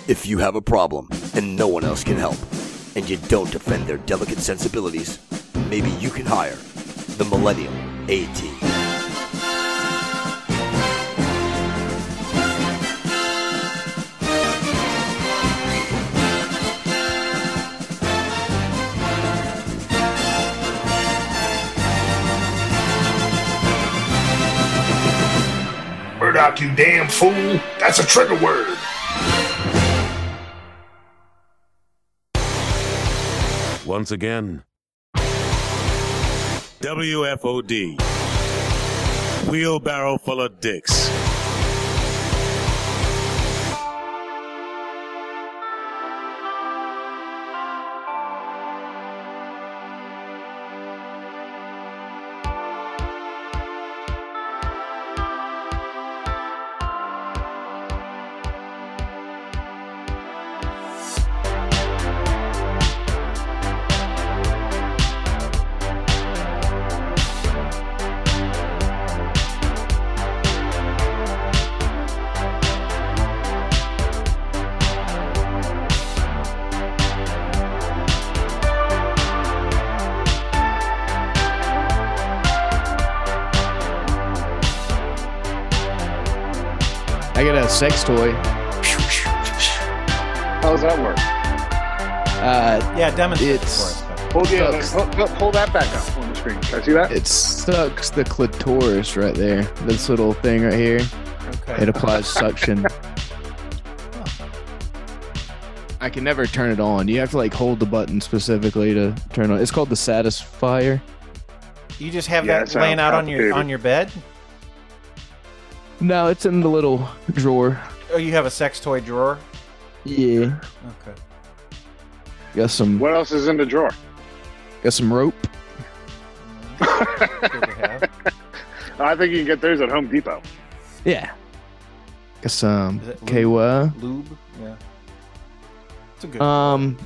U: If you have a problem and no one else can help, and you don't defend their delicate sensibilities, maybe you can hire the Millennium AT.
V: Murdoch, you damn fool. That's a trigger word.
W: Once again, WFOD. Wheelbarrow full of dicks.
F: I got a sex toy.
H: How does that work?
F: Uh,
O: yeah, demonstrate
F: it's,
H: Hold, yeah, hold, hold- hold that back up on the screen. Can I see that?
F: It sucks the clitoris right there. This little thing right here.
H: Okay.
F: It applies suction. I can never turn it on. You have to like hold the button specifically to turn on. It's called the satisfier.
O: You just have
F: Yeah, it
O: that
F: sounds
O: laying out on your
F: complicated.
O: on your bed?
F: No, it's in the little drawer.
O: Oh, you have a sex toy drawer?
F: Yeah.
O: Okay.
F: Got some.
H: What else is in the drawer?
F: Got some rope.
H: *laughs* I think you can get theirs at Home Depot.
F: Yeah. Got some
O: Is it lube?
F: KY.
O: Lube? Yeah.
A: It's a good.
F: Um,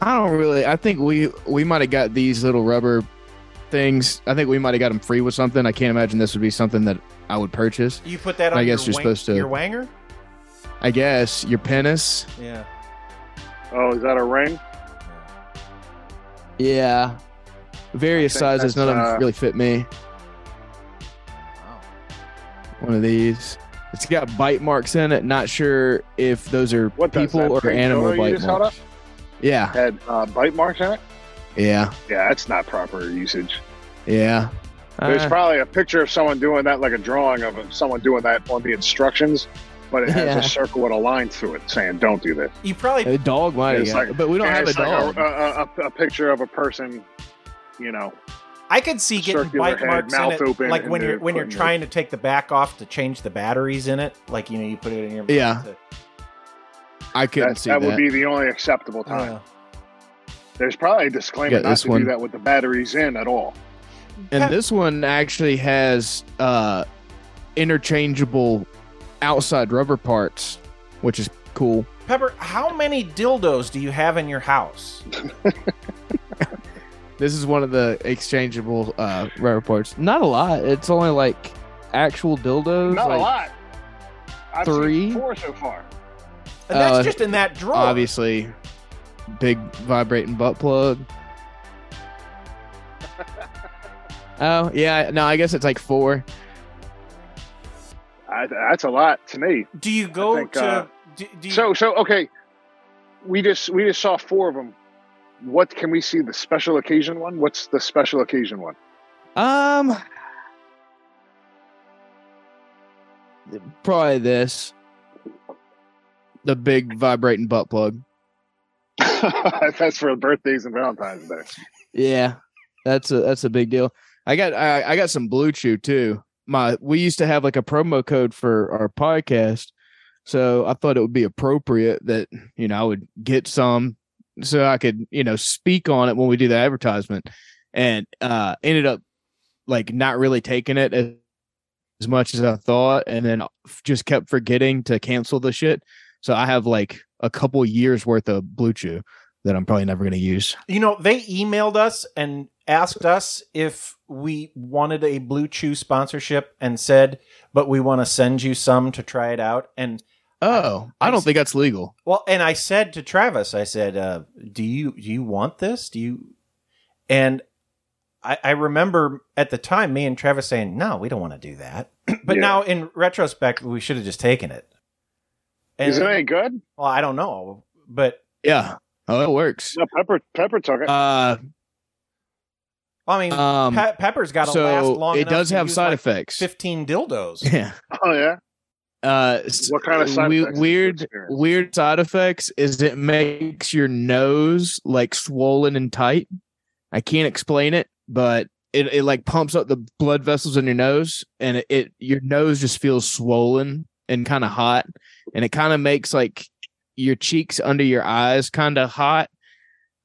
F: I don't really. I think we we might have got these little rubber things. I think we might have got them free with something. I can't imagine this would be something that I would purchase.
A: you put that on
F: I guess
A: your,
F: you're
A: wang-
F: supposed to-
A: your wanger?
F: I guess your penis.
A: Yeah.
H: Oh, is that a ring?
F: Yeah. Various
H: I think
F: sizes. None of
H: that's,
F: them
H: uh,
F: really fit me. One of these. It's got bite marks in it. Not sure if those are
H: Does
F: people
H: that
F: or
H: pink
F: animal
H: photo you
F: bite
H: just held
F: marks.
H: up
F: Yeah.
H: Had uh, bite marks on it.
F: Yeah.
H: Yeah, that's not proper usage.
F: Yeah.
H: There's
F: Uh,
H: probably a picture of someone doing that, like a drawing of someone doing that on the instructions, but it has
F: Yeah.
H: a circle with a line through it saying, "Don't do this."
A: You probably
F: a dog might have
H: It's
F: got-
H: like-
F: but we don't
H: yeah,
F: have a
H: it's like
F: dog.
H: a, uh, a, a picture of a person, you know.
A: I could see getting
H: Circular
A: bite
H: head,
A: marks in
H: mouth
A: it,
H: open,
A: like
H: and
A: when you're
H: they're
A: when you're
H: putting
A: trying to take the back off to change the batteries in it. Like you know, you put it in your
F: Yeah.
A: to-
F: I couldn't
H: That,
F: see
H: that
F: that.
H: would be the only acceptable
F: Uh.
H: time. There's probably a disclaimer
F: Got
H: not
F: this
H: to
F: one.
H: do that with the batteries in at all.
F: and this one actually has uh, interchangeable outside rubber parts, which is cool.
A: Pepper, how many dildos do you have in your house?
F: This is one of the exchangeable uh, rubber parts. Not a lot. It's only like actual dildos.
H: Not
F: like,
H: a lot. I've
F: three?
H: seen four so far.
A: And that's
F: Uh,
A: just in that drawer.
F: Obviously, big vibrating
H: *laughs*
F: butt plug. oh yeah, no, I guess it's like four.
H: I, that's a lot to me.
A: Do you go
H: think,
A: to?
H: uh,
A: do, do you,
H: So so okay, we just we just saw four of them. What can we see? The special occasion one. What's the special occasion one?
F: Um, probably this. The big vibrating butt plug.
H: *laughs* that's for birthdays and Valentine's Day.
F: Yeah, that's a that's a big deal. I got I, I got some Blue Chew too. My we used to have like a promo code for our podcast, so I thought it would be appropriate that you know I would get some so I could you know speak on it when we do the advertisement, and uh ended up like not really taking it as, as much as I thought, and then just kept forgetting to cancel the shit. So I have like a couple years worth of Blue Chew that I'm probably never going to use.
A: you know, they emailed us and asked us if we wanted a Blue Chew sponsorship, and said, "But we want to send you some to try it out." And
F: Oh, I, don't
A: s-
F: think that's legal.
A: Well, and I said to Travis, I said, uh, "Do you do you want this? Do you?" And I, I remember at the time, me and Travis saying, "No, we don't want to do that." *clears throat* but
H: Yeah.
A: now, in retrospect, we should have just taken it. And,
H: Is it any good?
A: Well, I don't know, but
F: Yeah. Oh, it works.
H: No, Pepper Pepper took it.
F: Uh,
A: I mean,
F: Um,
A: Pe- Pepper's got to
F: so
A: last long.
F: it
A: enough
F: does
A: to
F: have
A: use,
F: side
A: like,
F: effects.
A: Fifteen *laughs* dildos.
F: *laughs* yeah.
H: oh yeah.
F: Uh, s-
H: What kind of side
F: we-
H: effects did you
F: weird,
H: experience?
F: weird side effects is it makes your nose like swollen and tight. I can't explain it, but it, it like pumps up the blood vessels in your nose, and it, it your nose just feels swollen and kind of hot, and it kind of makes like your cheeks under your eyes kind of hot,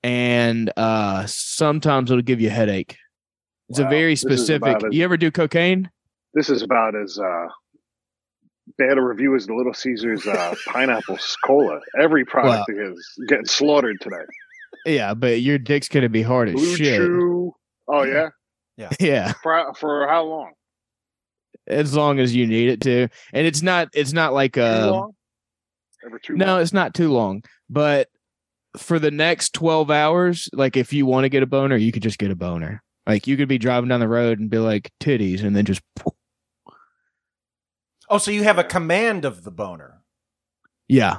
F: and uh sometimes it'll give you a headache. It's a
H: Wow,
F: very
H: this is
F: specific.
H: about as-
F: You ever do cocaine?
H: This is about as uh, bad a review as the Little Caesars
F: *laughs*
H: uh, pineapple cola. Every product is getting slaughtered today.
F: Yeah, but your dick's gonna be hard as
H: Blue
F: shit.
H: Chew. Oh yeah.
F: *laughs* Yeah,
H: For for how long?
F: as long as you need it to, and it's not it's not like
H: too
F: uh
H: long. Ever too
F: no,
H: long?
F: it's not too long, but for the next twelve hours, like if you want to get a boner, you could just get a boner. Like you could be driving down the road and be like titties, and then just
A: Oh, so you have a command of the boner.
F: yeah,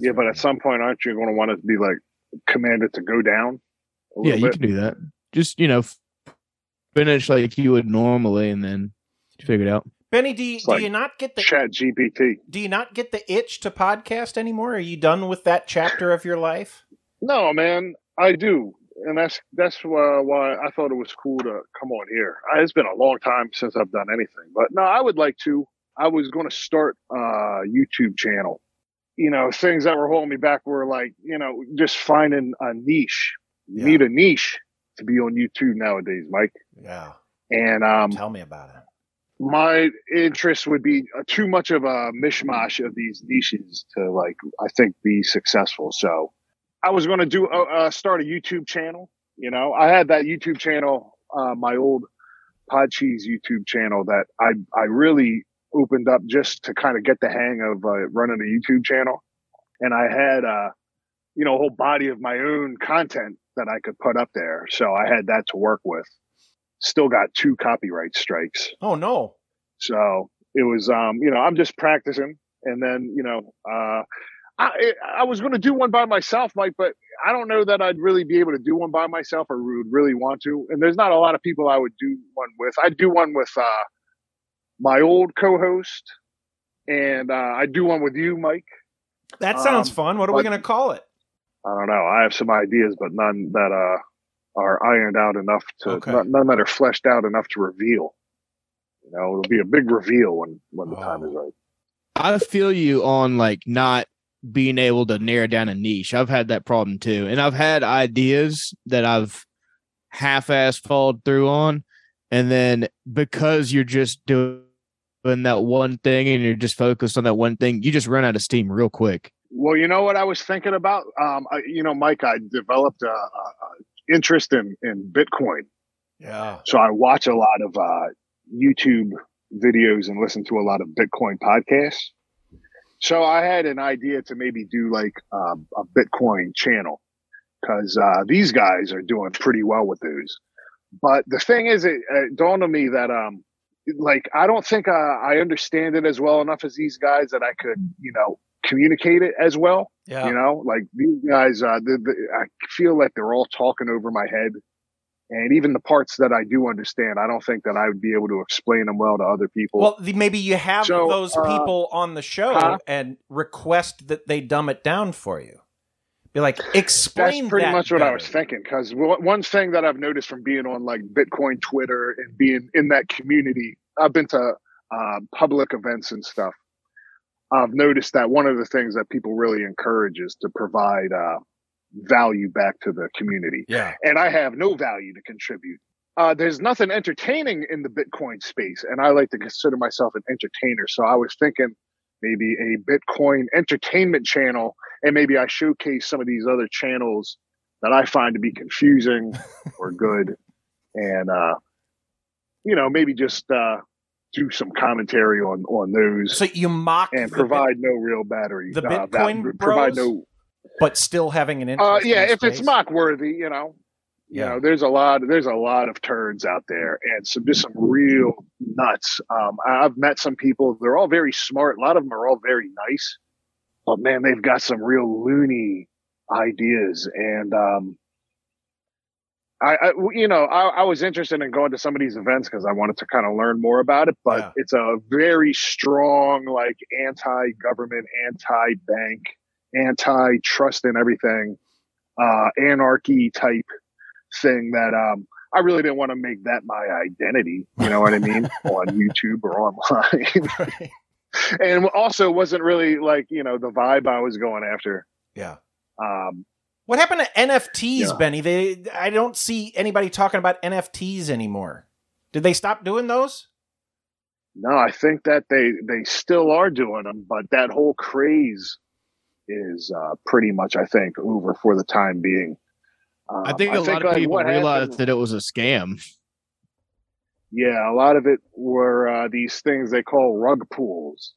H: Yeah, but at some point, aren't you going to want it to be like commanded to go down? A
F: yeah,
H: little
F: you
H: bit?
F: can do that. Just you know, f- finish like you would normally, and then figure it out.
A: Benny, do you,
H: It's
A: do
H: like
A: you not get the
H: Chat GPT.
A: do you not get the itch to podcast anymore? Are you done with that chapter of your life?
H: No, man, I do, and that's that's why, why I thought it was cool to come on here. I, it's been a long time since I've done anything, but no, I would like to. I was going to start a YouTube channel. You know, things that were holding me back were like, you know, just finding a niche. You need a niche to be on YouTube nowadays, Mike.
A: Yeah.
H: And um,
A: Tell me about it.
H: my interest would be uh, too much of a mishmash of these niches to like i think be successful so i was going to do uh, uh, start a youtube channel you know i had that youtube channel uh, my old pod cheese youtube channel that i i really opened up just to kind of get the hang of uh, running a youtube channel and i had uh you know a whole body of my own content that i could put up there so i had that to work with still got two copyright strikes
A: Oh no.
H: so it was, um, you know, I'm just practicing, and then you know, uh, I I was going to do one by myself, Mike, but I don't know that I'd really be able to do one by myself or would really want to. And there's not a lot of people I would do one with. I do one with uh, my old co-host, and uh, I do one with you, Mike.
A: That sounds
H: Um,
A: fun. What are we
H: but-
A: going to call it?
H: I don't know. I have some ideas, but none that uh, are ironed out enough to
A: Okay.
H: none, none that are fleshed out enough to reveal. You know, it'll be a big reveal when when the time is right.
F: I feel you on like not being able to narrow down a niche. I've had that problem too. And I've had ideas that I've half assed followed through on. And then because you're just doing that one thing and you're just focused on that one thing, you just run out of steam real quick.
H: Well, you know what I was thinking about. Um, I, you know, Mike, I developed a, a, a interest in in Bitcoin,
A: Yeah.
H: so I watch a lot of uh, YouTube videos and listen to a lot of Bitcoin podcasts. So I had an idea to maybe do like um, a Bitcoin channel because uh, these guys are doing pretty well with those. But the thing is, it, it dawned on me that um, like I don't think uh, I understand it as well enough as these guys that I could, you know, communicate it as well.
A: Yeah.
H: You know, like these guys, uh, the, the, I feel like they're all talking over my head, and even the parts that I do understand, I don't think that I would be able to explain them well to other people.
A: Well, the, maybe you have
H: So,
A: those
H: uh,
A: people on the show
H: huh?
A: and request that they dumb it down for you. Be like, explain
H: That's pretty
A: that
H: much what I
A: better."
H: was thinking. Because one thing that I've noticed from being on like Bitcoin Twitter and being in that community, I've been to um, public events and stuff. I've noticed that one of the things that people really encourage is to provide uh, value back to the community.
A: Yeah.
H: And I have no value to contribute. Uh, there's nothing entertaining in the Bitcoin space, and I like to consider myself an entertainer. So I was thinking maybe a Bitcoin entertainment channel, and maybe I showcase some of these other channels that I find to
A: *laughs*
H: be confusing or good, and uh, you know maybe just uh, do some commentary on on those.
A: So you mock
H: and
A: the
H: provide no real battery.
A: the
H: uh,
A: Bitcoin
H: value-
A: bros,
H: provide no.
A: but still having an interest.
H: Uh, yeah,
A: in
H: if it's
A: space.
H: mock worthy, you know,
A: Yeah.
H: you know, there's a lot, there's a lot of turds out there, and some just some real nuts. Um, I- I've met some people; they're all very smart. A lot of them are all very nice, but man, they've got some real loony ideas. And um, I, I you know, I, I was interested in going to some of these events because I wanted to kind of learn more about it. But it's a very strong, like, anti-government, anti-bank, anti-trust in everything, uh, anarchy type thing that um, I really didn't want to make that my identity. You know what I mean? on YouTube or online. and also wasn't really like you know the vibe I was going after.
A: Yeah.
H: Um,
A: What happened to NFTs,
H: Yeah.
A: Benny? They I don't see anybody talking about NFTs anymore. Did they stop doing those?
H: no, I think that they they still are doing them, but that whole craze is uh, pretty much I think over for the time being. Um,
F: I think a lot of
H: like,
F: people
H: what happened-
F: realized that it was a scam.
H: Yeah, a lot of it were uh, these things they call rug pools,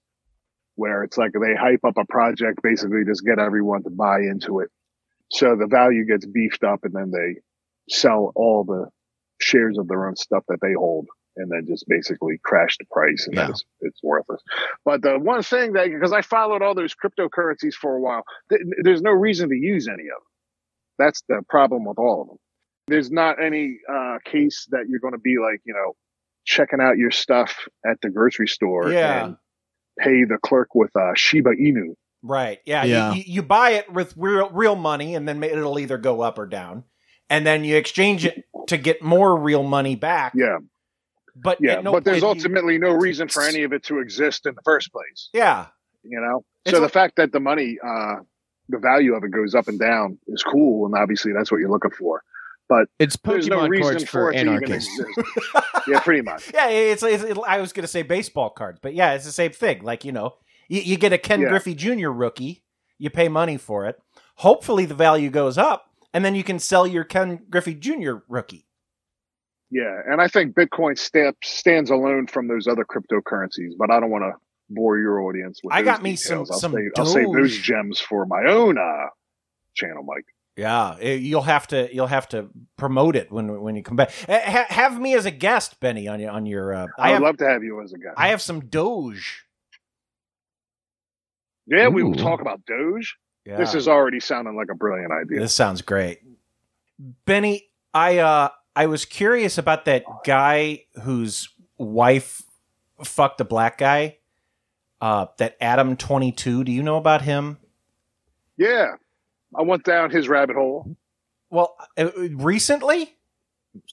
H: where it's like they hype up a project, basically just get everyone to buy into it. So the value gets beefed up, and then they sell all the shares of their own stuff that they hold, and then just basically crash the price, and then it's, it's worthless. But the one thing that, because I followed all those cryptocurrencies for a while, th- there's no reason to use any of them. That's the problem with all of them. There's not any uh, case that you're going to be like, you know, checking out your stuff at the grocery store
A: Yeah.
H: and pay the clerk with uh, Shiba Inu.
A: Right. Yeah.
H: Yeah.
A: You, you- you buy it with real real money, and then it'll either go up or down, and then you exchange it to get more real money back.
H: Yeah.
A: But
H: Yeah,
A: at no
H: but there's
A: point you-
H: ultimately no reason for any of it to exist in the first place.
A: yeah.
H: you know
A: It's
H: so the
A: like-
H: fact that the money uh the value of it goes up and down is cool and obviously that's what you're looking for But
F: it's
H: there's no
F: Pokemon
H: reason
F: cards for
H: it to even
F: anarchists.
H: exist.
A: *laughs*
H: yeah, pretty much.
A: Yeah, it's, it's it, I was gonna say baseball cards, but yeah, it's the same thing. Like you know, you, you get a Ken
H: Yeah.
A: Griffey Jr. rookie, you pay money for it. Hopefully, the value goes up, and then you can sell your Ken Griffey Jr. rookie.
H: Yeah, and I think Bitcoin steps stands alone from those other cryptocurrencies, but I don't want to bore your audience with.
A: I
H: those
A: got me
H: details.
A: some-
H: I'll
A: some
H: save, I'll save those
A: Doge.
H: gems for my own uh, channel, Mike.
A: Yeah, eh, you'll have to you'll have to promote it when when you come back. Eh, Ha, have me as a guest, Benny, on your on your. Uh,
H: I, would
A: have,
H: love to have you as a guy.
A: I have some Doge.
H: yeah, we will
A: Ooh.
H: talk about Doge.
A: Yeah.
H: This is already sounding like a brilliant idea.
A: This sounds great. Benny, I uh I was curious about that guy whose wife fucked a black guy. Uh that Adam 22, do you know about him?
H: Yeah, I went down his rabbit hole.
A: Well, uh, recently?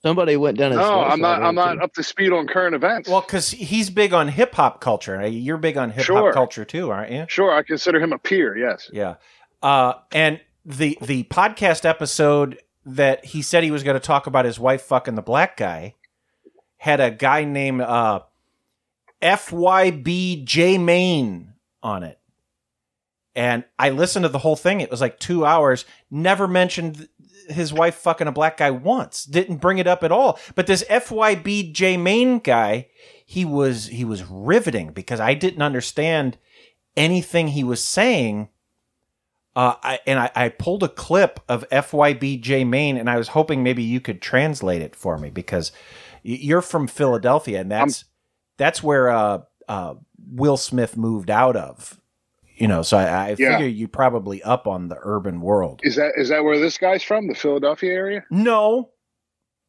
F: Somebody went down.
H: No, I'm not. I'm not up to speed on current events.
A: Well, cuz he's big on hip hop culture. right? You're big on hip hop
H: Sure.
A: culture too, aren't you?
H: Sure, I consider him a peer. Yes.
A: Yeah. Uh, and the the podcast episode that he said he was going to talk about his wife fucking the black guy had a guy named uh, FYBJ Main on it. And I listened to the whole thing. It was like two hours. Never mentioned his wife fucking a black guy once. Didn't bring it up at all. But this FYBJ Main guy, he was he was riveting because I didn't understand anything he was saying. Uh, I, and I, I pulled a clip of FYBJ Maine, and I was hoping maybe you could translate it for me because y- you're from Philadelphia, and that's that's where uh, uh, Will Smith moved out of. You know, so I, I
H: Yeah.
A: figure you probably up on the urban world.
H: Is that is that where this guy's from? The Philadelphia area?
A: No,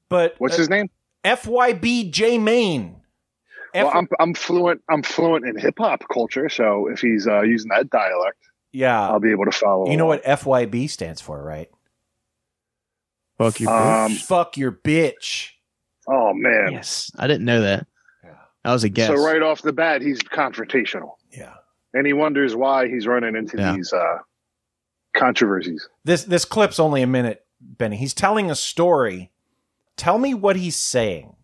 A: but uh,
H: What's his name?
A: FYBJ Maine.
H: Well,
A: F-
H: I'm I'm fluent. I'm fluent in hip hop culture. So if he's uh, using that dialect,
A: yeah,
H: I'll be able to follow.
A: you know what FYB stands for, right?
F: Fuck you.
H: Um,
A: Fuck your bitch.
H: oh man.
F: yes, I didn't know that. That was a guess.
H: So right off the bat, he's confrontational.
A: Yeah.
H: And he wonders why he's running into
F: Yeah.
H: these uh, controversies.
A: This this clip's only a minute, Benny. He's telling a story. Tell me what he's saying.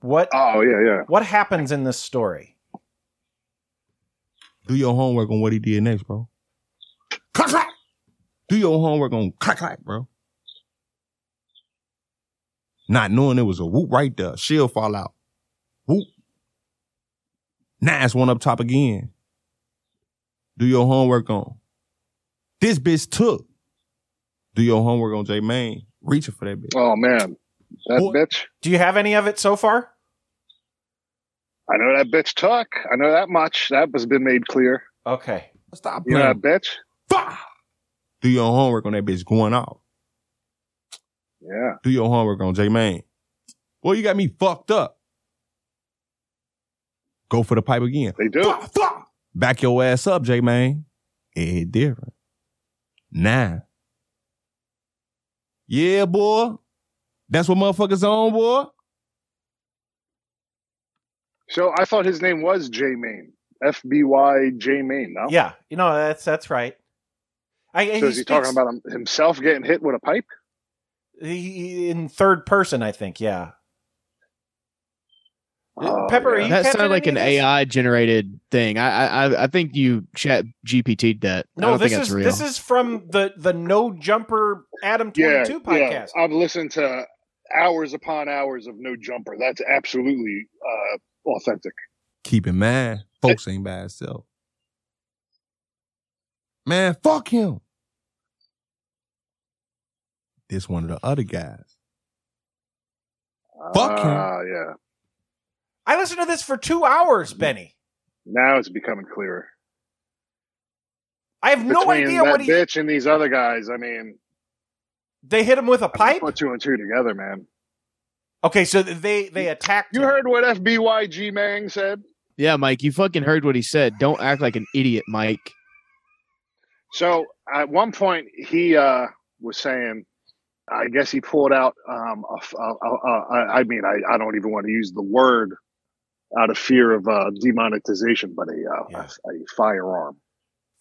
A: What
H: Oh yeah, yeah.
A: what happens in this story?
X: Do your homework on what he did next, bro. Clack clack. Do your homework on clack clack, bro. Not knowing it was a whoop right there. She'll fall out. Whoop. Now it's one up top again. Do your homework on. This bitch took. Do your homework on J Main. Reaching for that bitch.
H: Oh man, that bitch.
A: Do you have any of it so far?
H: I know that bitch took. I know that much. That has been made clear.
A: Okay.
X: Stop
H: You know that bitch.
X: Do your homework on that bitch going off.
H: Yeah.
X: Do your homework on J Main. Well, you got me fucked up. Go for the pipe again.
H: They do.
X: Back your ass up, J Main. It hit different. Nah. Yeah, boy. That's what motherfuckers on, boy.
H: So I thought his name was J Main. F B Y J Main. No.
A: Yeah. You know, that's that's right. I,
H: So is he talking about him- himself getting hit with a pipe?
A: he, in third person, I think, yeah. Uh, Pepper, are you
F: that
A: catching
F: sounded like
A: any
F: an
A: of this?
F: AI generated thing. I I- I I think you chat GPT'd that. I
A: No,
F: don't
A: this
F: think
A: is
F: that's real.
A: this is from the the No Jumper Adam
H: Yeah,
A: Twenty Two podcast.
H: yeah. I've listened to hours upon hours of No Jumper. That's absolutely uh, authentic.
X: Keep in mind, folks ain't by itself. Man, fuck him. This one of the other guys. Fuck him.
H: Ah, yeah.
A: I listened to this for two hours,
H: Mm-hmm.
A: Benny.
H: Now it's becoming clearer.
A: I have no
H: Between
A: idea
H: that
A: what he
H: bitch and these other guys. I mean,
A: they hit him with a
H: I just
A: pipe.
H: put two and two together, man.
A: Okay, so they they attacked.
H: You heard what FBYG Mang said.
F: yeah, Mike, you fucking heard what he said. Don't act like an idiot, Mike.
H: So at one point, he uh, was saying, I guess he pulled out. Um, a f- a- a- a- I I mean, I, I don't even want to use the word out of fear of uh, demonetization, but a, uh, a, a firearm.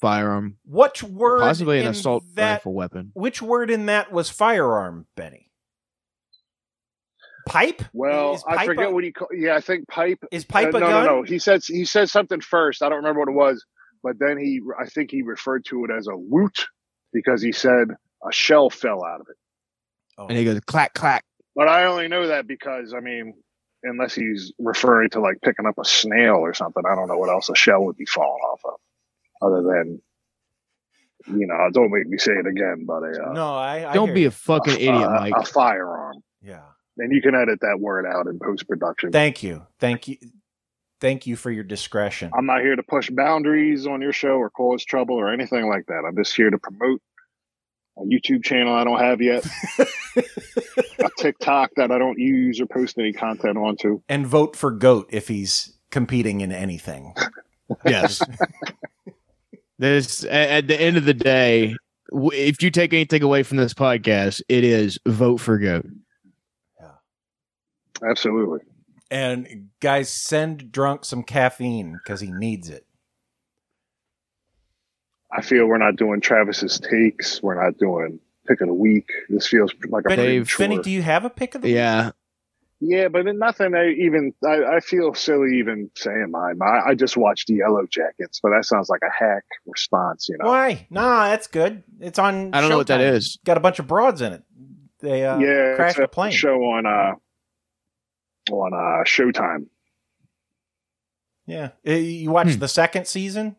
F: Firearm,
A: Which word?
F: possibly an
A: in
F: assault
A: that,
F: rifle weapon.
A: Which word in that was firearm, Benny? Pipe?
H: Well,
A: Is
H: I
A: pipe
H: forget
A: a-
H: what he called. Yeah, I think pipe. uh,
A: Is pipe
H: no,
A: a
H: no,
A: gun?
H: no. He said he said something first. I don't remember what it was, but then he, I think he referred to it as a woot because he said a shell fell out of it.
A: Oh.
F: And he goes clack clack.
H: But I only know that because I mean, unless he's referring to like picking up a snail or something, I don't know what else a shell would be falling off of, other than. You know, don't make me say it again, but a, uh,
A: No, I, I
F: Don't
A: hear
F: be
A: you.
F: a fucking
H: *laughs*
F: idiot,
H: uh,
F: Mike.
H: a firearm.
A: Yeah.
H: And you can edit that word out in post production.
A: Thank you. Thank you. Thank you for your discretion.
H: I'm not here to push boundaries on your show or cause trouble or anything like that. I'm just here to promote a YouTube channel I don't have
F: *laughs*
H: yet, a TikTok that I don't use or post any content onto.
A: And vote for Goat if he's competing in
H: *laughs*
A: anything.
F: Yes. *laughs* this a- at the end of the day, w- if you take anything away from this podcast, it is vote for goat.
H: Absolutely.
A: And guys, send drunk some caffeine because he needs it.
H: I feel we're not doing Travis's takes. We're not doing pick of the week. This feels like a
A: Benny,
H: big chore.
A: Benny, do you have a pick of the
F: Yeah.
H: Yeah, but then nothing. I even I, I feel silly even saying mine. I, I just watched the Yellow Jackets, but that sounds like a hack response. You know,
A: Why? Nah, that's good. It's on.
H: I don't know what that
A: Showtime.
H: is.
A: Got a bunch of broads in it. They uh,
H: yeah,
A: crashed
H: it's a
A: a plane.
H: show on uh on uh Showtime.
A: Yeah. Uh, You
H: Hmm.
A: watched the second season?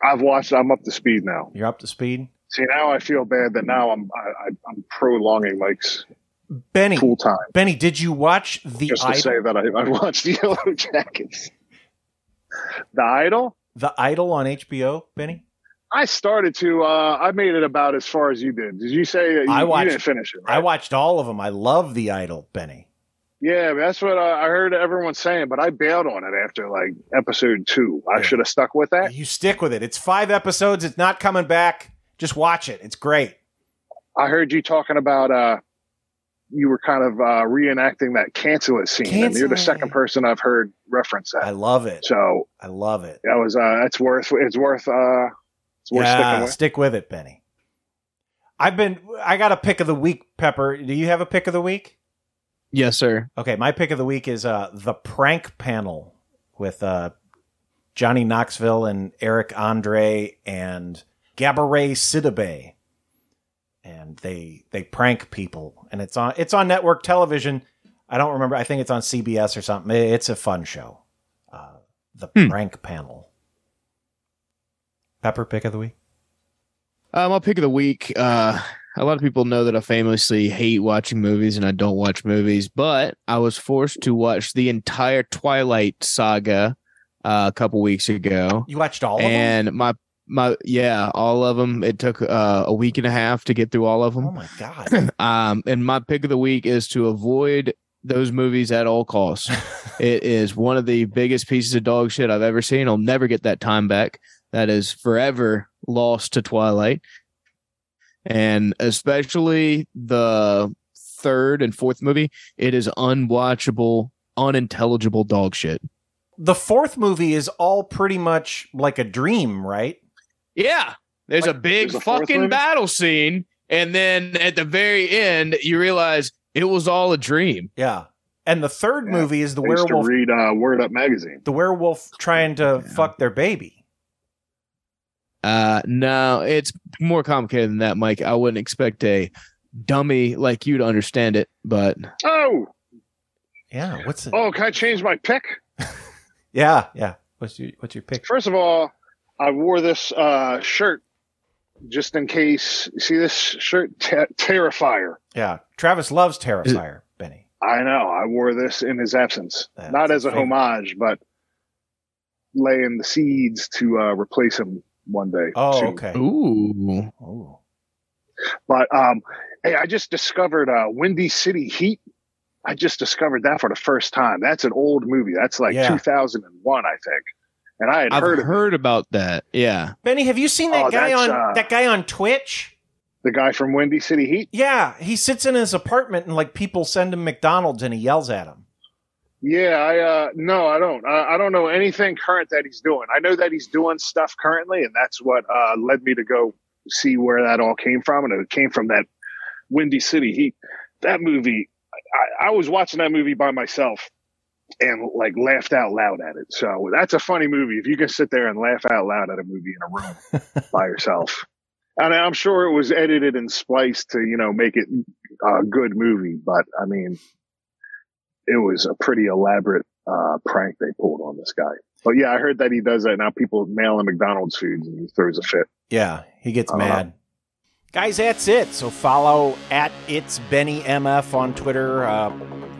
H: I've watched. I'm up to speed now.
A: You're up to speed.
H: See, now I feel bad that now I'm I, I, I'm prolonging Mike's
A: Benny.
H: full time
A: Benny, did you watch the
H: just to
A: Idol?
H: say that I, I watched the *laughs* Yellow Jackets. The Idol.
A: The Idol on HBO, Benny?
H: I started to. uh I made it about as far as you did. Did you say that you,
A: I watched
H: you didn't finish it?
A: I watched all of them. I love the Idol, Benny.
H: Yeah, that's what I I heard everyone saying, but I bailed on it after like episode two. I should have stuck with that.
A: You stick with it. It's five episodes. It's not coming back. Just watch it. It's great.
H: I heard you talking about uh you were kind of uh reenacting that cancel it scene, and
A: Cancel
H: you're the
A: it.
H: second person I've heard reference that.
A: I love it.
H: So
A: I love it.
H: that was uh that's worth it's worth uh it's worth sticking
A: Yeah,
H: with.
A: stick with it, Benny. I've been. I got a pick of the week, Pepper. Do you have a pick of the week?
F: Yes, sir.
A: Okay, my pick of the week is uh, the prank panel with uh, Johnny Knoxville and Eric Andre and Gabourey Sidibe, and they they prank people, and it's on it's on network television. I don't remember. I think it's on CBS or something. It's a fun show. Uh, the prank panel. Pepper pick of the week.
F: Uh, my pick of the week. Uh, a lot of people know that I famously hate watching movies and I don't watch movies, but I was forced to watch the entire Twilight saga uh, a couple weeks ago.
A: You watched all of them?
F: and my my yeah, all of them. It took uh, a week and a half to get through all of them. Oh
A: my god! *clears throat*
F: *laughs* um, and my pick of the week is to avoid those movies at all *laughs* costs. it is one of the biggest pieces of dog shit I've ever seen. I'll never get that time back. That is forever lost to Twilight, and especially the third and fourth movie. It is unwatchable, unintelligible dog shit.
A: The fourth movie is all pretty much like a dream, right?
F: Yeah. There's a big
A: there's a fourth
F: fucking
A: movie?
F: battle scene. And then at the very end, you realize it was all a dream.
A: Yeah. And the third movie is the
H: I used
A: werewolf
H: to read uh, Word Up magazine.
A: the werewolf trying to fuck their baby.
F: Uh, no, it's more complicated than that, Mike. I wouldn't expect a dummy like you to understand it, but
H: Oh,
A: Yeah, what's it?
H: oh, can I change my pick?
A: Yeah, yeah. What's your what's your pick?
H: First of all, I wore this uh shirt just in case. See this shirt, Ter- Terrifier.
A: Yeah, Travis loves Terrifier, Benny.
H: I know. I wore this in his absence, not as a homage, but laying the seeds to uh, replace him one day.
F: Oh,
A: Oh,
H: soon.
F: Ooh.
H: But um, hey, I just discovered uh, Windy City Heat. I just discovered that for the first time. That's an old movie. That's like
F: Yeah.
H: 2001, I think. And I had
F: I've
H: heard
F: heard,
H: of
F: about that. Yeah.
A: Benny, have you seen that
H: Oh,
A: guy on
H: that's, uh,
A: that guy on Twitch?
H: the guy from Windy City Heat.
A: Yeah, he sits in his apartment and like people send him McDonald's and he yells at him.
H: Yeah, I uh no, I don't. I, I don't know anything current that he's doing. I know that he's doing stuff currently, and that's what uh led me to go see where that all came from, and it came from that Windy City Heat. That movie, I, I was watching that movie by myself and like laughed out loud at it. So that's a funny movie. If you can sit there and laugh out loud at a movie in a room by yourself, and I'm sure it was edited and spliced to you know make it a good movie. But I mean, it was a pretty elaborate uh, prank they pulled on this guy. But yeah, I heard that he does that now. People mail him McDonald's foods and he throws a fit.
A: Yeah, he gets
H: I don't
A: mad. Guys, that's it. So follow at it's Benny MF on Twitter. Uh,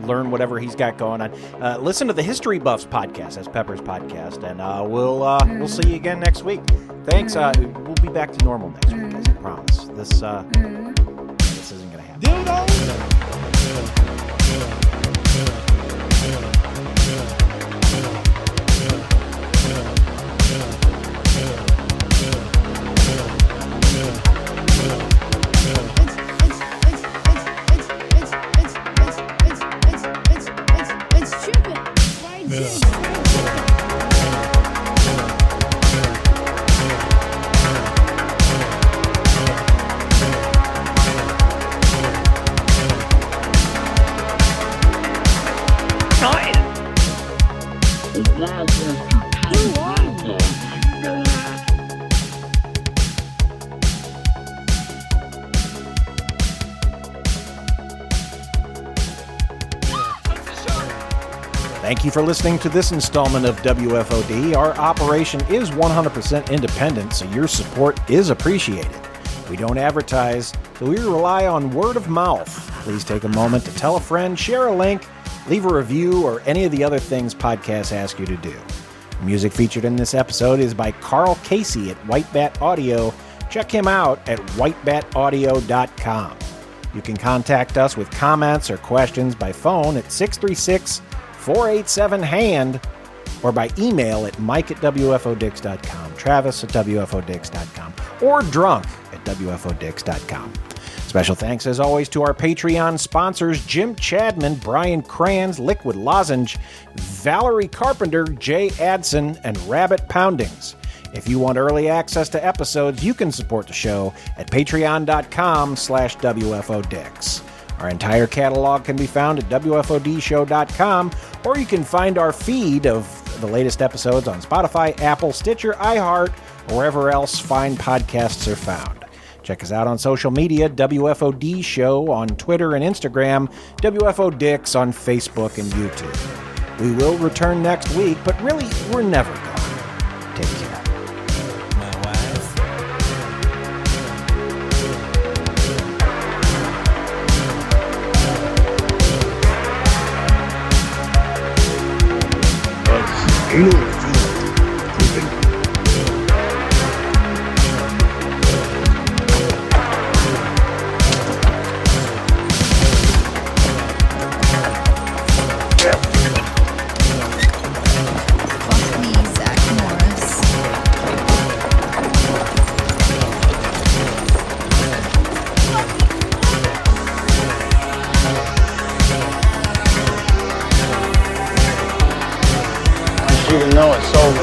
A: learn whatever he's got going on. Uh, listen to the History Buffs podcast. That's Pepper's podcast, and uh, we'll uh, we'll see you again next week. Thanks. Uh, we'll be back to normal next week, guys. I promise. This uh, this isn't gonna happen. Thank you for listening to this installment of WFOD. Our operation is 100% independent, so your support is appreciated. We don't advertise, so we rely on word of mouth. Please take a moment to tell a friend, share a link, leave a review, or any of the other things podcasts ask you to do. Music featured in this episode is by Carl Casey at White Bat Audio. Check him out at whitebataudio.com. You can contact us with comments or questions by phone at 636 487 HAND or by email at mike at WFODix.com, Travis at WFODix.com, or drunk at WFODix.com. Special thanks, as always, to our Patreon sponsors Jim Chadman, Brian Crans, Liquid Lozenge, Valerie Carpenter, Jay Adson, and Rabbit Poundings. If you want early access to episodes, you can support the show at patreon.com slash WFODix. Our entire catalog can be found at WFODshow.com, or you can find our feed of the latest episodes on Spotify, Apple, Stitcher, iHeart, or wherever else fine podcasts are found. Check us out on social media, WFOD Show on Twitter and Instagram, WFO Dix on Facebook and YouTube. We will return next week, but really, we're never gone. Take care.
C: You should even know it's over.